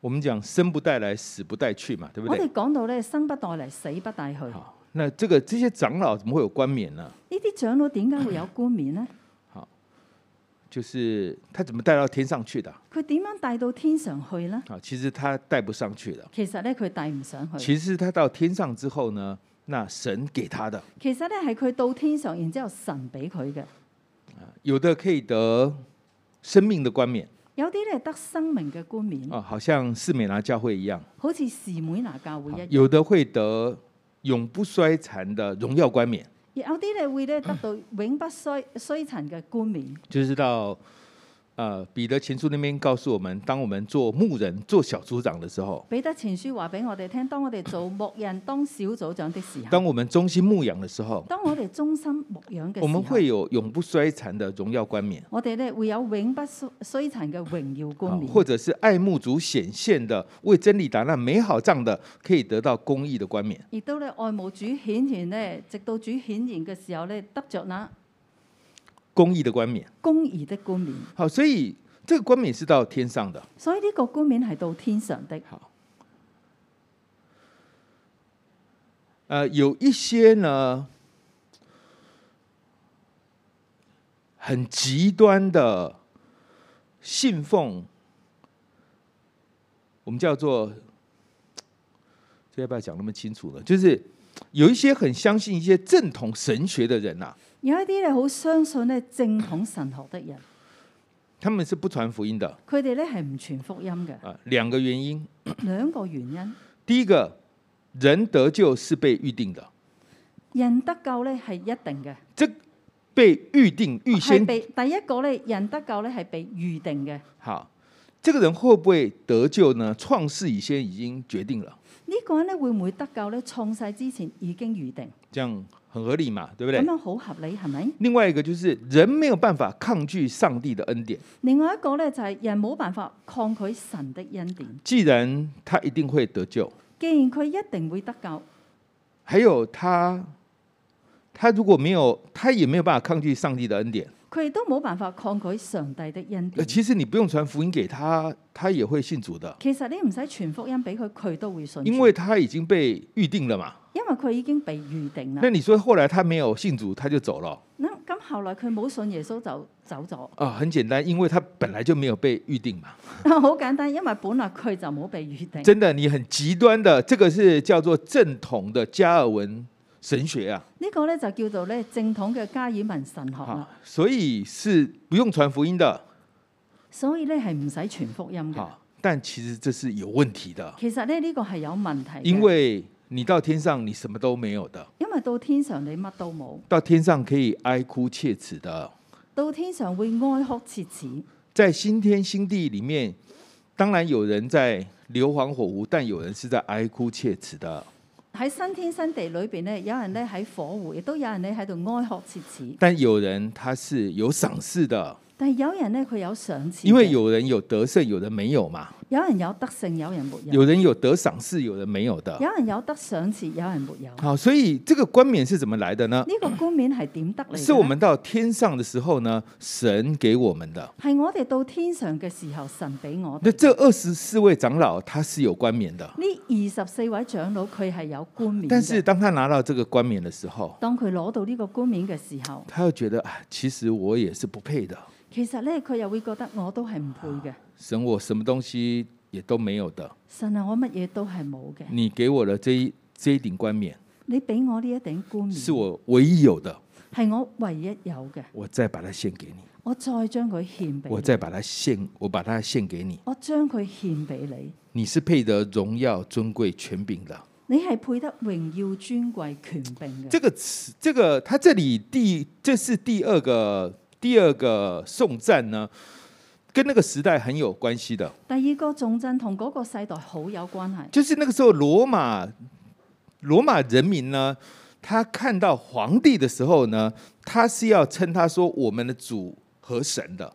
Speaker 2: 我们讲生不带来，死不带去嘛，对不
Speaker 3: 我
Speaker 2: 对？
Speaker 3: 哋講到咧生不帶嚟，死不帶去。呢
Speaker 2: 好，那这个这些长老怎么会有冠冕呢？
Speaker 3: 啲長老點解會有冠冕呢？
Speaker 2: 就是他怎么带到天上去的？
Speaker 3: 佢點樣帶到天上去呢？
Speaker 2: 啊，其实他带不上去的，
Speaker 3: 其實咧佢帶唔上去。
Speaker 2: 其实他到天上之后呢，那神给他的，
Speaker 3: 其實咧係佢到天上，然之後神俾佢嘅。
Speaker 2: 有的可以得生命的冠冕
Speaker 3: 有啲咧得生命嘅冠冕，
Speaker 2: 啊，好像士美拿教会一样。
Speaker 3: 好似士妹拿教會一樣。
Speaker 2: 有的会得永不衰残的荣耀冠冕，
Speaker 3: 有啲咧會咧得到 永不衰衰殘嘅冠冕。
Speaker 2: 就是到呃彼得前书那边告诉我们，当我们做牧人、做小组长的时候，
Speaker 3: 彼得前書話俾我哋聽，當我哋做牧人、當小組長的時候，
Speaker 2: 当我们忠心牧养的時候，
Speaker 3: 當我哋忠心牧養嘅
Speaker 2: 我们
Speaker 3: 時
Speaker 2: 会
Speaker 3: 候，
Speaker 2: 有永不衰残的荣耀冠冕，
Speaker 3: 我哋咧會有永不衰衰殘嘅榮耀冠冕
Speaker 2: 啊，或者是爱慕主显现的为真理打那美好仗的，可以得到公义的冠冕。
Speaker 3: 亦都咧愛慕主顯然咧，直到主顯然嘅時候咧，得着那
Speaker 2: 公义的冠冕，
Speaker 3: 公義的冠冕。
Speaker 2: 好，所以这个冠冕是到天上的。
Speaker 3: 所以呢個冠冕係到天上的。
Speaker 2: 好，呃，有一些呢很极端的信奉，我们叫做这要不要讲那么清楚呢？就是有一些很相信一些正统神学的人呐、啊
Speaker 3: 有一啲咧好相信咧正統神學的人，
Speaker 2: 他们是不传福音的啊、
Speaker 3: 佢哋咧係唔傳福音嘅。
Speaker 2: 呃两个原因，
Speaker 3: 兩個原因，
Speaker 2: 第一个，人得救是被预定的。
Speaker 3: 人得救咧係一定嘅，
Speaker 2: 这被预定、预
Speaker 3: 係
Speaker 2: 先
Speaker 3: 哦被第一個咧人得救咧係被預定嘅。
Speaker 2: 好，这个人会不会得救呢？创世以先已经决定了，
Speaker 3: 呢個人咧會唔會得救咧？創世之前已經預定，
Speaker 2: 这样很合理嘛，对不
Speaker 3: 咁
Speaker 2: 对？
Speaker 3: 樣好合理係咪？
Speaker 2: 另外一个就是人没有办法抗拒上帝的恩典，
Speaker 3: 另外一個咧就係、人冇辦法抗拒神的恩典，
Speaker 2: 既然他一定会得救，
Speaker 3: 既然佢一定會得救，
Speaker 2: 还有他，他如果没有，他也没有办法抗拒上帝的恩典。
Speaker 3: 佢亦都冇辦法抗拒上帝的恩
Speaker 2: 呃
Speaker 3: 典。
Speaker 2: 其实你不用传福音给他，他也会信主的，
Speaker 3: 其實你唔使傳福音俾佢，佢都會信主，
Speaker 2: 因為他已经被预定了嘛。
Speaker 3: 因為佢已經被預定啦
Speaker 2: 那。你说后来他没有信主，他就走了
Speaker 3: 咁咁後來佢冇信耶穌就走咗。
Speaker 2: 啊？很简单，因为他本来就没有被预定嘛。
Speaker 3: 好簡單，因為本來佢就冇被預定。
Speaker 2: 真的，你很极端的，这个是叫做正统的加尔文神学啊，
Speaker 3: 呢個咧就叫做咧正統嘅加爾文神學啦，
Speaker 2: 啊，所以是不用传福音的，
Speaker 3: 所以咧係唔使傳福音嘅。
Speaker 2: 好，但其实这是有问题的，
Speaker 3: 其實咧呢個係有問題嘅，
Speaker 2: 因為你到天上你什么都没有的，
Speaker 3: 因為到天上你乜都冇，
Speaker 2: 到天上可以哀哭切齿的，
Speaker 3: 到天上會哀哭切齒。
Speaker 2: 在新天新地里面，当然有人在硫磺火湖，但有人是在哀哭切齿的，
Speaker 3: 喺新天新地裏邊咧，有人咧喺火湖，亦都有人咧喺度哀哭切齒。
Speaker 2: 但有人他是有赏识的，
Speaker 3: 但係有人咧，佢有賞賜嘅，
Speaker 2: 因为有人有得胜，有人没有嘛；
Speaker 3: 有人有得勝，有人沒有；
Speaker 2: 有啊人有得赏赐，有人没有的。
Speaker 3: 有人有得賞賜，有人沒有。呢、
Speaker 2: 好，所以这个冠冕是怎么来的呢？
Speaker 3: 個冠冕係點得嚟嘅呢？
Speaker 2: 是我們到天上的時候呢，神給我們的。
Speaker 3: 係我哋到天上嘅時候，神俾我
Speaker 2: 那
Speaker 3: 哋。
Speaker 2: 这二十四位長老他是有冠冕的，
Speaker 3: 呢二十四位長老佢係有冠冕
Speaker 2: 但是
Speaker 3: 嘅。
Speaker 2: 當他拿到這個冠冕的時候，
Speaker 3: 當佢攞到呢個冠冕嘅時候，
Speaker 2: 他又覺得啊，其實我也是不配的，
Speaker 3: 其實咧佢又會覺得我都係唔配嘅。
Speaker 2: 神我什麼東西也都沒有的，
Speaker 3: 神啊，我乜嘢都係冇嘅。
Speaker 2: 你給我的這一这一頂冠冕
Speaker 3: 你俾我呢一頂冠冕，
Speaker 2: 是我唯一有的，
Speaker 3: 係我唯一有嘅。
Speaker 2: 我再把它獻給你，
Speaker 3: 我再將佢獻俾
Speaker 2: 我
Speaker 3: 你，
Speaker 2: 再把它獻，我把它獻給你，
Speaker 3: 我將佢獻俾你。
Speaker 2: 你是配得榮耀、尊貴、權柄的。
Speaker 3: 你係配得榮耀、尊貴、權柄嘅。
Speaker 2: 这个词，这个他这里第这是第二个第二个颂赞呢，跟那个时代很有关系的，
Speaker 3: 第二個重鎮同嗰個世代好有關係。
Speaker 2: 就是那个时候罗马罗马人民呢，他看到皇帝的时候呢，他是要称他说我们的主和神的，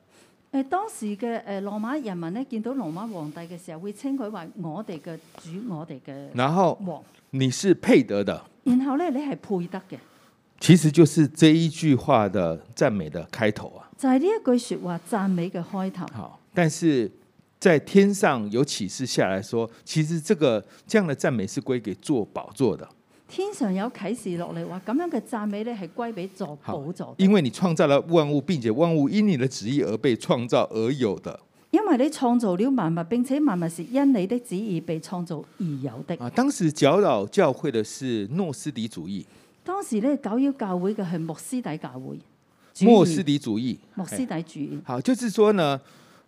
Speaker 3: 誒當時嘅誒羅馬人民咧，見到羅馬皇帝嘅時候，會稱佢為我哋嘅主，我哋嘅
Speaker 2: 然后
Speaker 3: 王。
Speaker 2: 你是配得的，
Speaker 3: 然後咧，你係配得嘅，
Speaker 2: 其实就是这一句话的赞美的开头啊。
Speaker 3: 就係呢一句説話讚美嘅開頭。
Speaker 2: 好，但是在天上有启示下来说，其实这个这样的赞美是归给做宝座的。
Speaker 3: 天上有啟示落嚟話，咁樣嘅讚美咧係歸俾作寶座嘅，
Speaker 2: 因为你创造了万物，并且万物因你的旨意而被创造而有的
Speaker 3: 因為你創造了萬物，並且萬物是因你的旨意被創造而有的。
Speaker 2: 啊！当时搅扰教会的是诺斯底主义，
Speaker 3: 當時咧，九妖教會嘅係穆斯底教會，主義
Speaker 2: 莫斯底主义。
Speaker 3: 穆斯
Speaker 2: 哎
Speaker 3: 底主義。
Speaker 2: 好，就是说呢，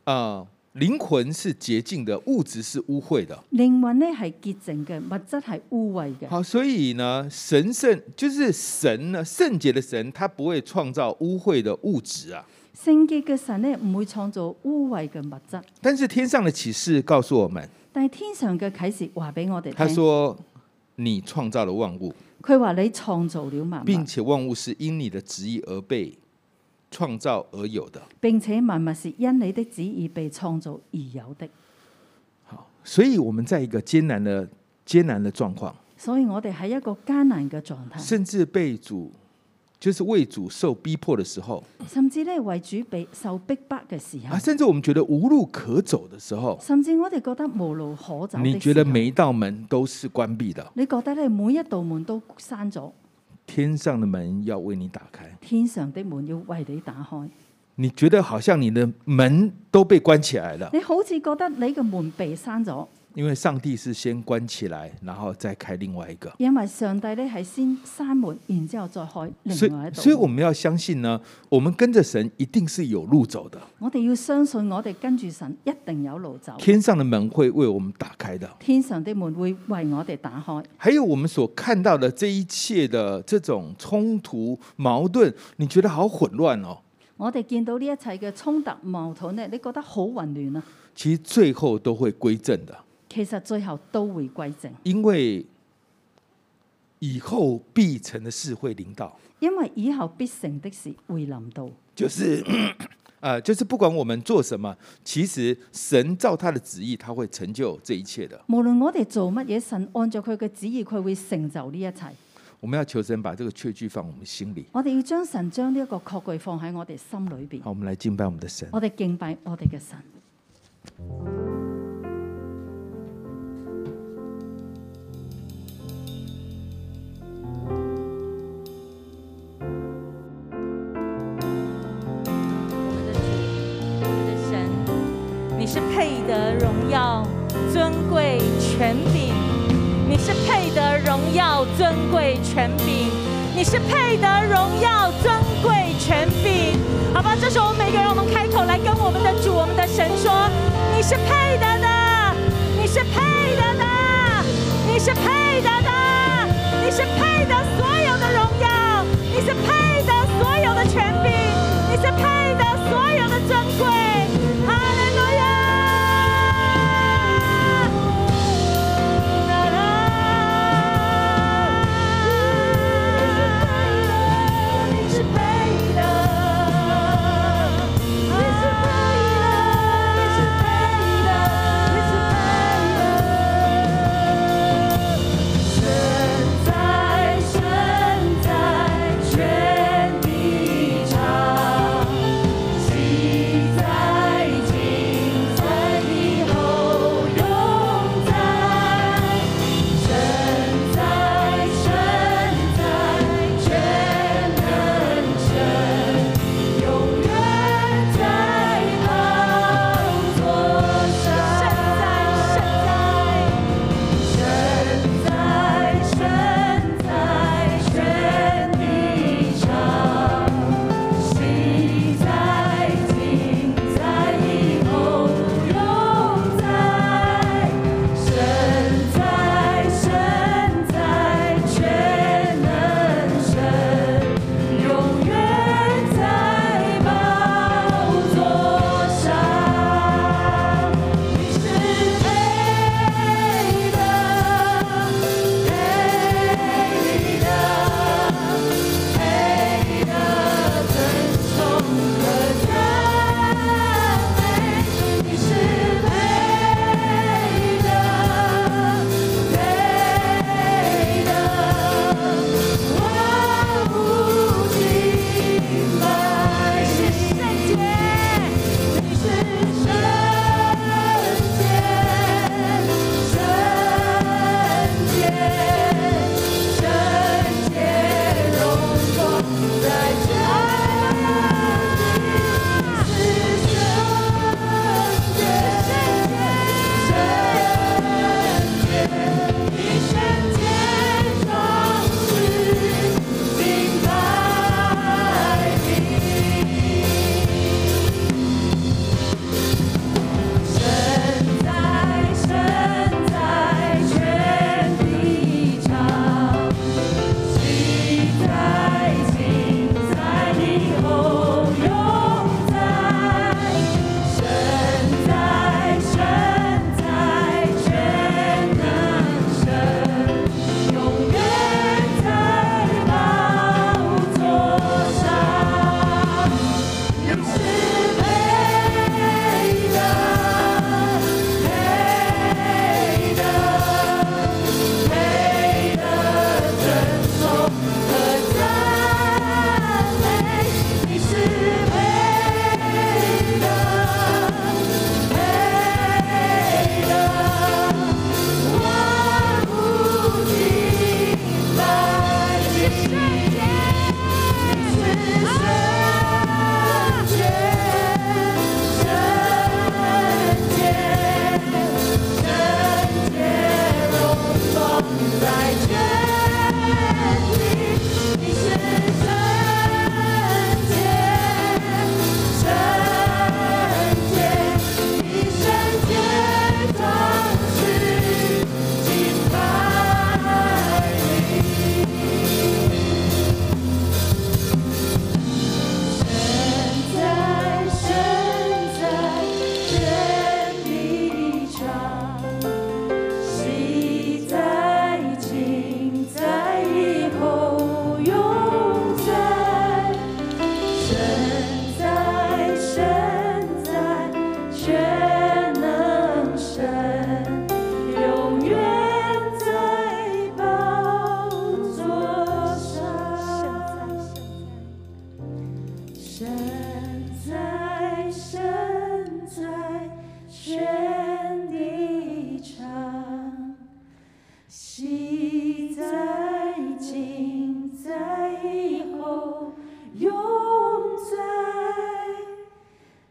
Speaker 2: 呃，灵魂是洁净的，物质是污秽的。
Speaker 3: 靈魂咧係潔淨嘅，物質係污穢嘅。
Speaker 2: 好，所以呢，神圣就是神呢，圣洁的神，他不会创造污秽的物质啊。
Speaker 3: 聖潔嘅神咧唔會創造污穢嘅物質，
Speaker 2: 但是天上的启示告诉我们，
Speaker 3: 但係天上嘅啟示話俾我哋
Speaker 2: 他
Speaker 3: 聽，
Speaker 2: 说：“你創造了萬物，
Speaker 3: 佢話你創造了萬
Speaker 2: 並
Speaker 3: 物，
Speaker 2: 且萬物是因你的旨意而被創造而有的。
Speaker 3: 並且萬物是因你的旨意被創造而有的。”
Speaker 2: 好，所以我们在一个艰难的艰难的状況，
Speaker 3: 所以我哋喺一個艱難嘅狀態，
Speaker 2: 甚至被主就是為主受逼迫的時候
Speaker 3: 甚至咧為主被受逼迫嘅時候
Speaker 2: 啊，，甚至我們覺得無路可走的時候，
Speaker 3: 甚至我哋覺得無路可走
Speaker 2: 你
Speaker 3: 的
Speaker 2: 覺得
Speaker 3: 時候，
Speaker 2: 每一道門都是關閉的，
Speaker 3: 你覺得咧每一道門都閂咗，
Speaker 2: 天上的門要為你打開。
Speaker 3: 天上的門要為你打開。
Speaker 2: 你覺得好像你的門都被關起來了，
Speaker 3: 你好似覺得你嘅門被閂咗，
Speaker 2: 因為上帝是先關起來，然後再開另外一個。
Speaker 3: 因為上帝咧係先閂門，然之後再開
Speaker 2: 所
Speaker 3: 另外一
Speaker 2: 以，
Speaker 3: 道門。
Speaker 2: 所以我们要相信呢，我们跟着神一定是有路走的，
Speaker 3: 我哋要相信我哋跟住神一定有路走，
Speaker 2: 天上的门会为我们打开的。
Speaker 3: 天上的門會為我哋打開。
Speaker 2: 还有我们所看到的这一切的这种冲突矛盾，你觉得好混乱哦。
Speaker 3: 我哋見到呢一切嘅衝突矛盾咧，你覺得好混亂啊！
Speaker 2: 其实最后都会归正的，
Speaker 3: 其實最後都會歸正，
Speaker 2: 因为以后必成的事会临到，
Speaker 3: 因為以後必成的事會臨到。
Speaker 2: 就是 呃，就是不管我们做什么，其实神照他的旨意，他会成就这一切的。
Speaker 3: 無論我哋做乜嘢，神按照佢嘅旨意，佢會成就呢一切。
Speaker 2: 我们要求神把这个确据放我们心里。
Speaker 3: 我哋要將神將呢一個確據放喺我哋心裏邊，
Speaker 2: 好，我们来敬拜我们的神。
Speaker 3: 我哋敬拜我哋嘅神。
Speaker 4: 我们的主，我们的神，你是配得荣耀、尊贵、权柄，你是配得荣耀、尊贵、权柄，你是配得荣耀、尊贵、权柄。好吧，这时候我们每个人，我们开口来跟我们的主、我们的神说：你是配得的，你是配得的，你是配得的，你是配得所有的荣耀，你是配得所有的权柄，你是配得所有的尊贵。哈利路亚！啦啦你是配得，你是配得，你是配得。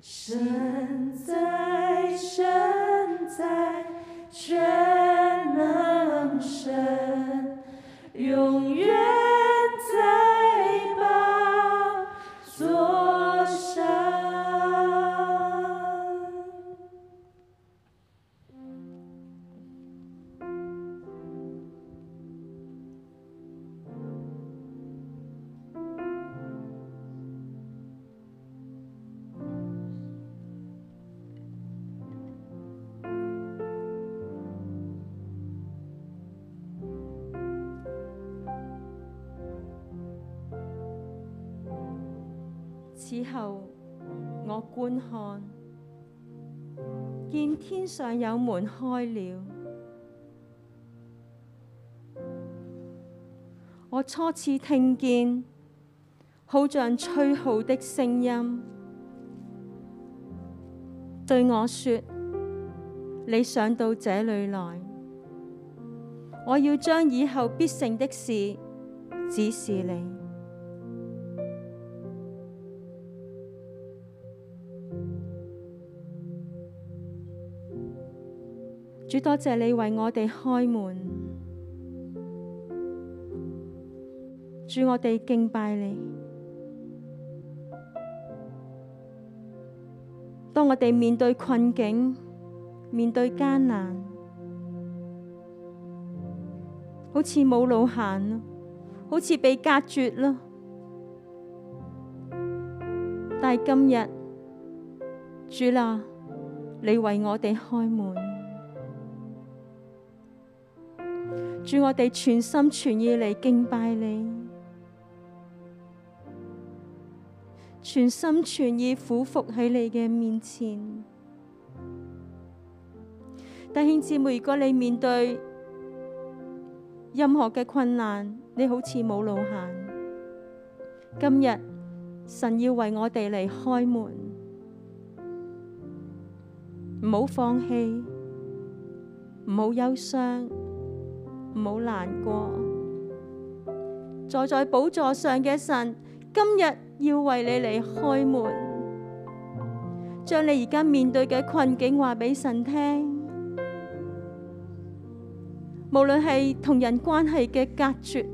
Speaker 5: 神在，神在，全能神，永远在宝座上。
Speaker 6: 此後我觀看，見天上有門開了。我初次聽見，好像吹號的聲音，對我說：你上到這裏來，我要將以後必成的事指示你。主多謝你為我哋開門，主我哋敬拜你。當我哋面對困境、面對艱難，好似冇路行，好似被隔絕啦。但係今日，主啦，你為我哋開門。主，我哋全心全意嚟敬拜你，全心全意俯伏喺你嘅面前。弟兄姊妹，如果你面對任何嘅困難，你好似冇路行，今日神要為我哋嚟開門，唔好放棄，唔好憂傷。唔好難過。坐在寶座上嘅神，今日要為你嚟開門，將你而家面對嘅困境話俾神聽。無論係同人關係嘅隔絕，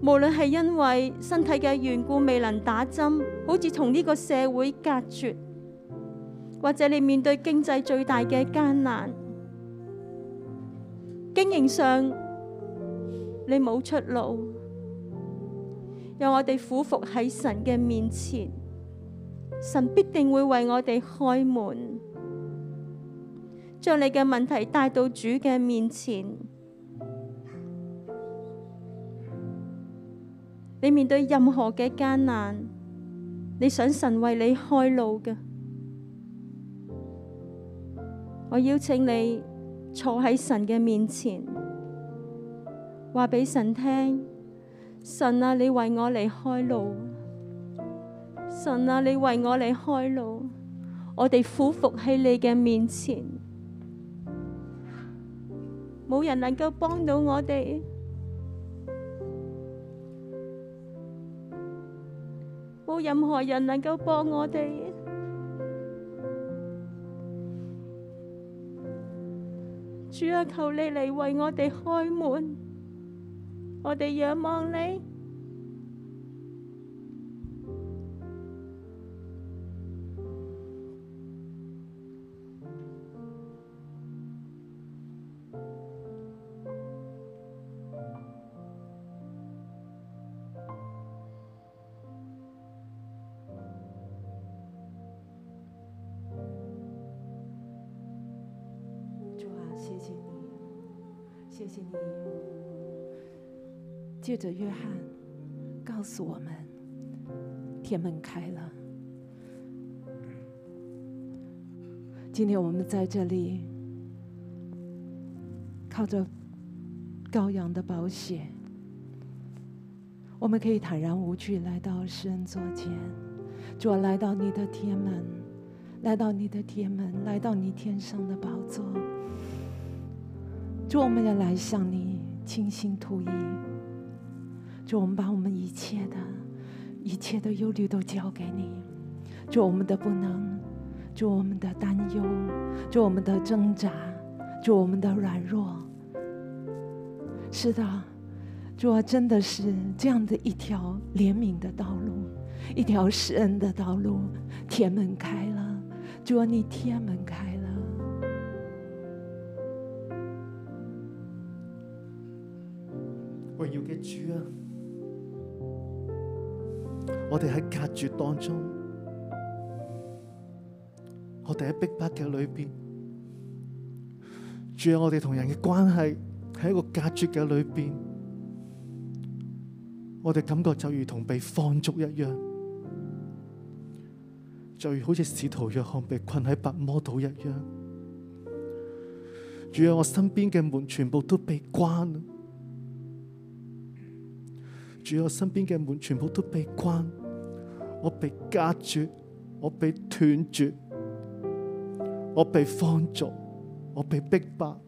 Speaker 6: 無論係因為身體嘅緣故未能打針，好似同呢個社會隔絕，或者你面對經濟最大嘅艱難。經營上你冇出路，有我哋俯伏喺神嘅面前，神必定會為我哋開門，將你嘅問題帶到主嘅面前。你面對任何嘅艱難，你想神為你開路嘅，我邀請你。坐喺神嘅面前，話俾神聽：神啊，你為我嚟開路；神啊，你為我嚟開路。我哋俯伏喺你嘅面前，冇人能夠幫到我哋。冇任何人能夠幫我哋。主啊，求你嚟為我哋開門，我哋仰望你。
Speaker 5: 主啊，谢谢你，谢谢你，借着约翰告诉我们，天门开了。今天我们在这里，靠着羔羊的宝血，我们可以坦然无惧来到施恩座前，主啊，来到你的天门，来到你的天门，来到你天上的宝座。主，我们要来向你倾心吐意。主，我们把我们一切的、一切的忧虑都交给你。主我们的不能，主我们的担忧，主我们的挣扎，主我们的软弱。是的，主啊，真的是这样的一条怜悯的道路，一条施恩的道路，铁门开了，主啊，你铁门开了。
Speaker 7: 荣耀嘅主啊，我哋喺隔绝当中，我哋喺逼迫嘅里边，主啊，我哋同人嘅关系喺一个隔绝嘅里边，我哋感觉就如同被放逐一样，就如好似使徒约翰被困喺白魔岛一样。主啊，我身边嘅门全部都被关啦主我身邊嘅門全部都被關，我被隔絕，我被斷絕，我被放逐，我被逼迫。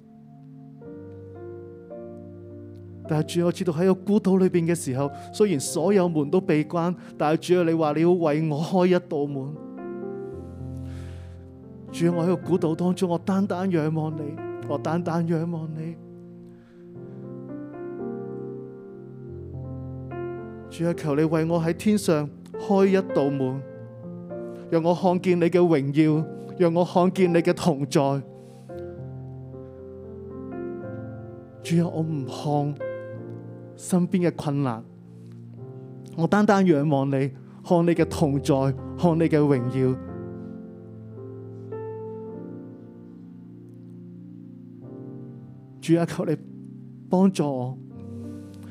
Speaker 7: 但係主啊我知道喺個孤島裏邊嘅時候，雖然所有門都被關，但係主啊，你話你要為我開一道門。主啊，我喺個孤島當中，我單單仰望你，我單單仰望你。主啊，求你为我喺天上开一道门，让我看见你嘅荣耀，让我看见你嘅同在。主啊，我唔看身边嘅困难，我单单仰望你，看你嘅同在，看你嘅荣耀。主啊，求你帮助我。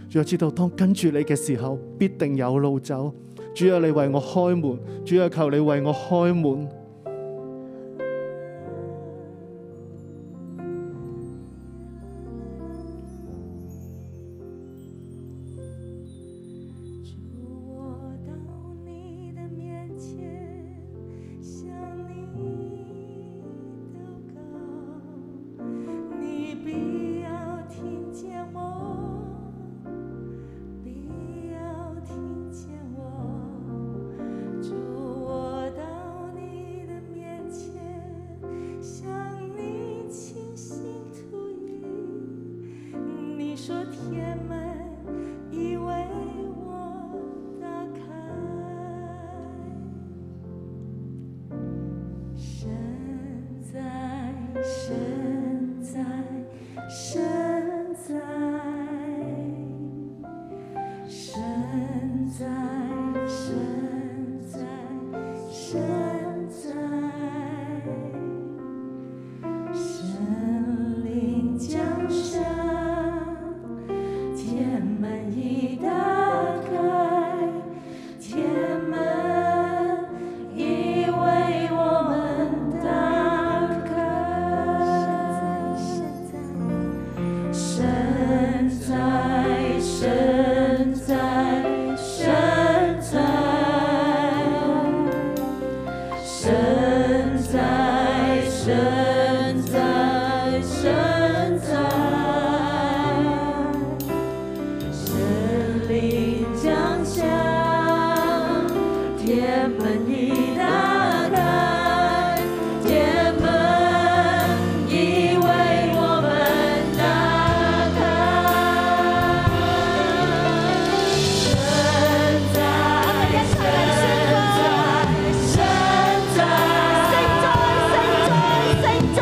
Speaker 7: 主啊，知道當跟住你嘅時候，必定有路走。主啊，你為我開門，主啊，求你為我開門。
Speaker 8: 我到你的面前，向你祷告，你必要听见我，必要听见我。主，我到你的面前，向你倾心吐意。你说天门。已为我打开，身在身在身在身在身在身在，神灵降生。天门已打开，天门已为我们打开。身在身在身在身在身在身在。神灵降下，天门已打开，天门已为我们打开。身在身在身在，身在身在身在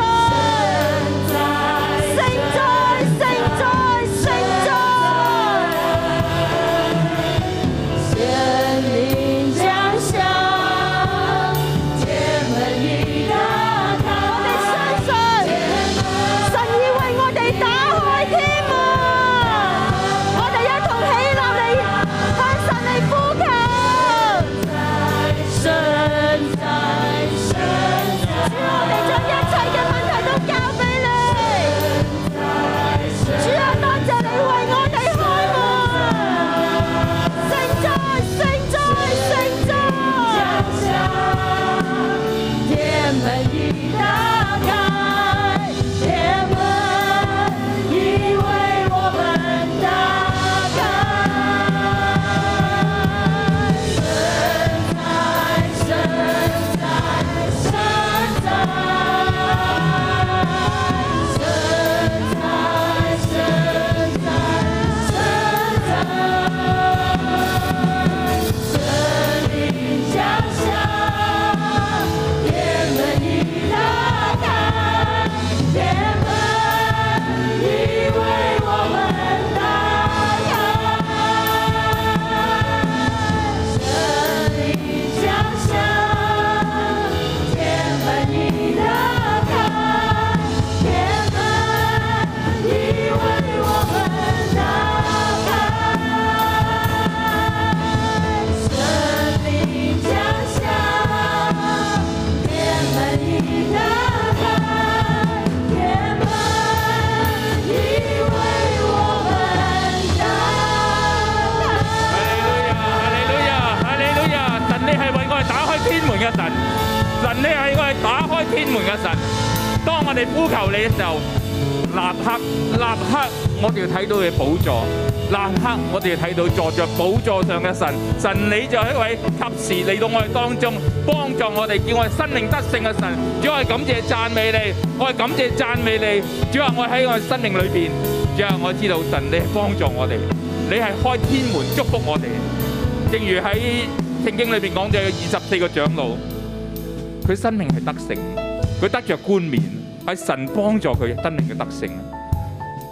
Speaker 9: 係我哋打開天門嘅神。當我哋呼求你嘅時候，立刻立刻我哋要睇到你寶座，立刻我哋要睇到坐着寶座上嘅神。神你就係一位及時嚟到我哋當中，幫助我哋，叫我哋生命得勝嘅神。主我係感謝讚美你，我係感謝讚美你。主啊，我喺我哋生命裏邊，主啊，我知道神你係幫助我哋，你係開天門祝福我哋。正如喺聖經裏邊講咗有二十四個長老。佢生命係得勝，佢得着冠冕，係神幫助佢生命嘅得勝。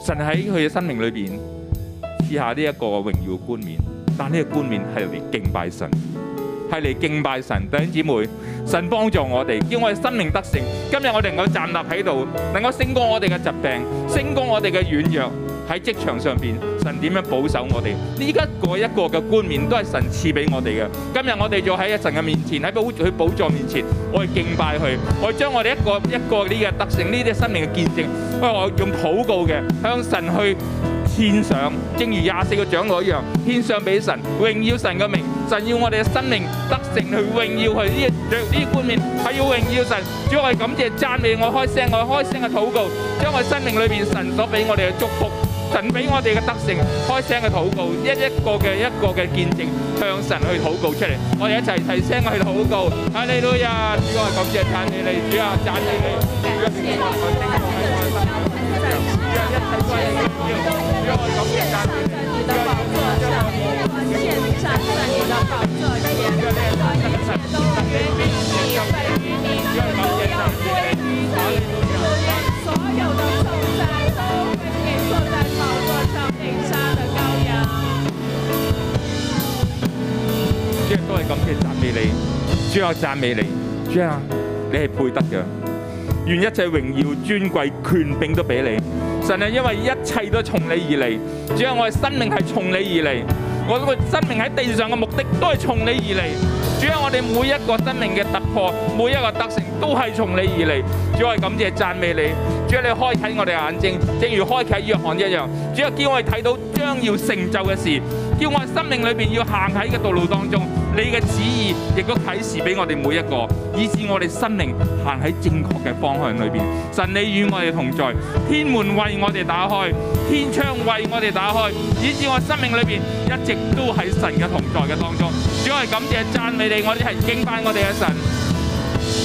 Speaker 9: 神喺佢嘅生命裏邊賜下呢一個榮耀冠冕，但呢個冠冕係嚟敬拜神，係嚟敬拜神。弟兄姊妹，神幫助我哋，叫我哋生命得勝。今日我哋能夠站立喺度，能夠勝過我哋嘅疾病，勝過我哋嘅軟弱。喺職場上邊，神點樣保守我哋？呢一個一個嘅冠冕都係神賜俾我哋嘅。今日我哋就喺神嘅面前，喺寶佢寶座面前，我哋敬拜佢，我哋將我哋一個一個呢個特性、呢啲生命嘅見證，喂，我用禱告嘅向神去獻上，正如廿四個長老一樣，獻上俾神，榮耀神嘅名。神要我哋嘅生命得勝去榮耀佢呢一呢啲冠冕，係要榮耀神。主，我哋感謝讚美，我開聲，我開聲嘅禱告，將我生命裏邊神所俾我哋嘅祝福。神俾我哋嘅德性，開聲嘅禱告，一一個嘅一個嘅見證，向神去禱告出嚟。我哋一齊提聲去禱告。哈利路亞！主我感謝讚美你，主啊讚美你，主啊聖光我聖光喺我身上，主啊一切都係你嘅，主啊我感謝讚美你，主啊感謝讚美你，主啊你係神神神你必成就你，主啊感謝讚美你，哈利路亞。主啊，都係咁嘅讚美你，主啊讚美你，主啊，你係配得嘅，願一切榮耀、尊貴、權柄都俾你。神啊，因為一切都從你而嚟，主啊，我嘅生命係從你而嚟，我個生命喺地上嘅目的都係從你而嚟。主啊，我哋每一個生命嘅突破，每一個得成都係從你而嚟。主啊，我哋感謝讚美你。主啊，你開啟我哋眼睛，正如開啟約翰一樣。主啊，叫我哋睇到將要成就嘅事，叫我哋生命裏邊要行喺嘅道路當中，你嘅旨意亦都啟示俾我哋每一個，以致我哋生命行喺正確嘅方向裏邊。神，你與我哋同在，天門為我哋打開，天窗為我哋打開，以致我生命裏邊一直都喺神嘅同在嘅當中。主，我哋感謝讚美你，我哋係敬拜我哋嘅神。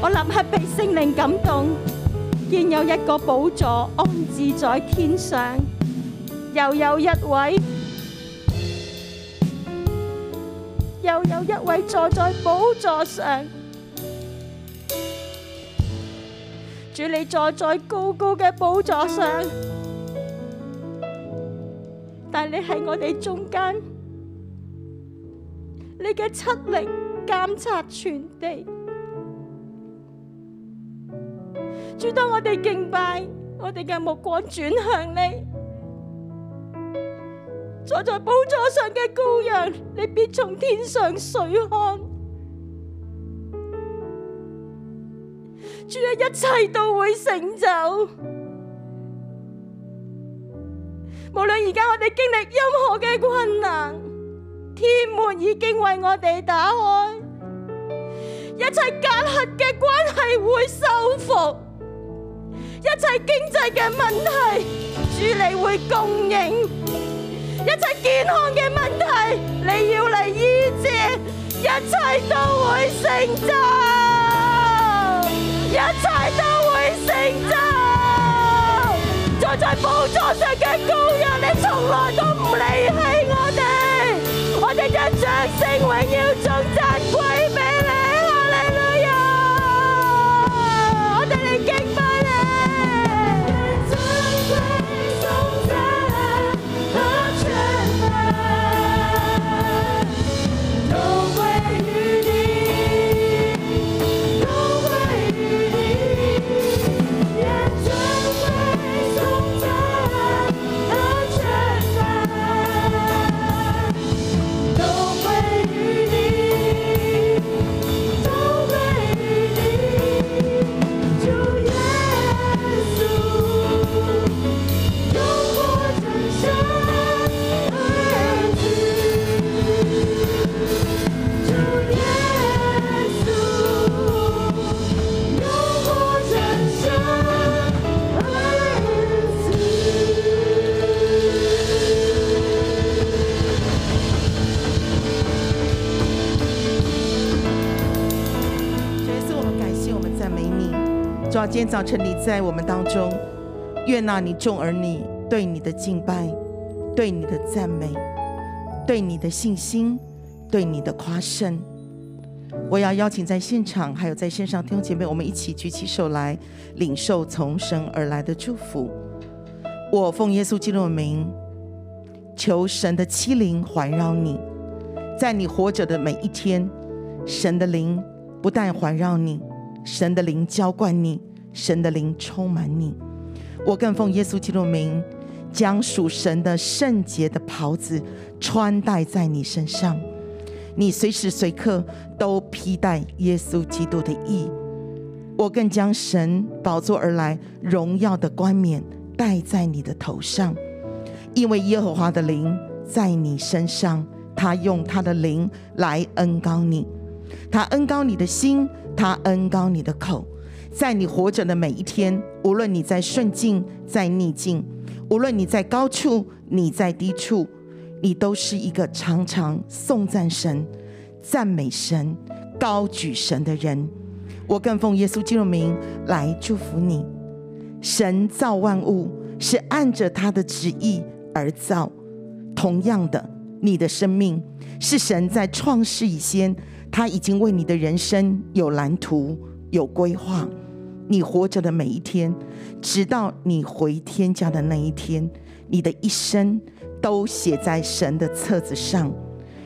Speaker 8: 我立刻被聖靈感動，見有一個寶座安置在天上，又有一位，又有一位坐在寶座上。
Speaker 4: 主你坐在高高嘅宝座上，但你喺我哋中间，你嘅七力监察全地。主，当我哋敬拜，我哋嘅目光转向你，坐在宝座上嘅羔羊，你必从天上垂看。主啊，一切都会成就。无论而家我哋经历任何嘅困难，天门已经为我哋打开，一切隔阂嘅关系会修复，一切经济嘅问题，主你会供应。一切健康嘅問題，你要嚟醫治，一切都會成就，一切都會成就。坐在寶座上嘅羔羊，你從來都唔離棄我哋，我哋嘅掌聲榮耀頌讚歸俾你，哈利路亞！我哋嚟敬拜你，尊貴頌讚。和全能都歸於你，都歸於你，願尊貴頌讚和全能都歸於你，都歸於你，主耶穌。永活真神儿子，主耶稣，永活真神儿子。
Speaker 10: 主耶稣，我们感谢，我们赞美你。主啊，今天早晨你在我们当中，悦纳你众儿女对你的敬拜，对你的赞美，对你的信心，对你的夸胜。我要邀请在现场还有在线上弟兄姐妹，我们一起举起手来领受从神而来的祝福。我奉耶稣基督的名，求神的欺凌环绕你，在你活着的每一天，神的灵不但环绕你，神的灵浇灌你，神的灵充满你。我更奉耶稣基督的名，将属神的圣洁的袍子穿戴在你身上。你随时随刻都披戴耶稣基督的义。我更将神宝座而来荣耀的冠冕戴在你的头上，因为耶和华的灵在你身上，他用他的灵来恩高你。他恩高你的心，他恩高你的口，在你活着的每一天，无论你在顺境，在逆境，无论你在高处，你在低处，你都是一个常常颂赞神、赞美神、高举神的人。我更奉耶稣基督名来祝福你。神造万物是按着他的旨意而造，同样的，你的生命是神在创世以前，他已经为你的人生有蓝图、有规划。你活着的每一天，直到你回天家的那一天，你的一生都写在神的册子上。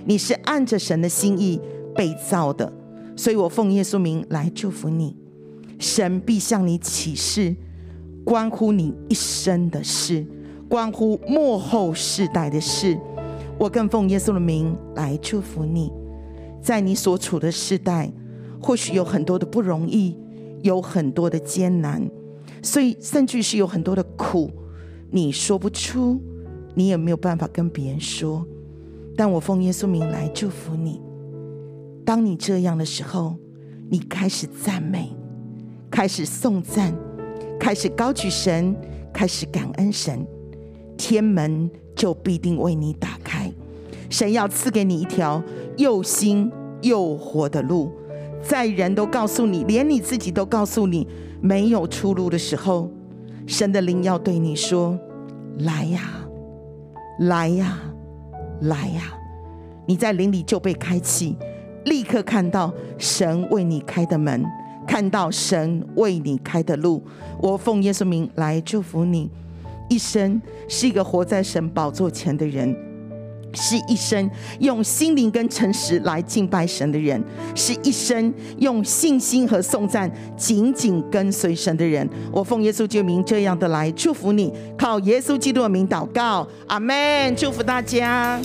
Speaker 10: 你是按着神的心意被造的，所以我奉耶稣名来祝福你。神必向你启示关乎你一生的事，关乎幕后世代的事。我更奉耶稣的名来祝福你，在你所处的世代，或许有很多的不容易，有很多的艰难，所以甚至是有很多的苦，你说不出，你也没有办法跟别人说。但我奉耶稣名来祝福你。当你这样的时候，你开始赞美，开始颂赞，开始高举神，开始感恩神，天门就必定为你打开。神要赐给你一条又新又活的路，在人都告诉你，连你自己都告诉你没有出路的时候，神的灵要对你说：“来呀、来呀、来呀、你在灵里就被开启，立刻看到神为你开的门，看到神为你开的路。我奉耶稣名来祝福你，一生是一个活在神宝座前的人。是一生用心灵跟诚实来敬拜神的人，是一生用信心和颂赞紧紧跟随神的人。我奉耶稣基督名这样的来祝福你，靠耶稣基督的名祷告，阿门！祝福大家。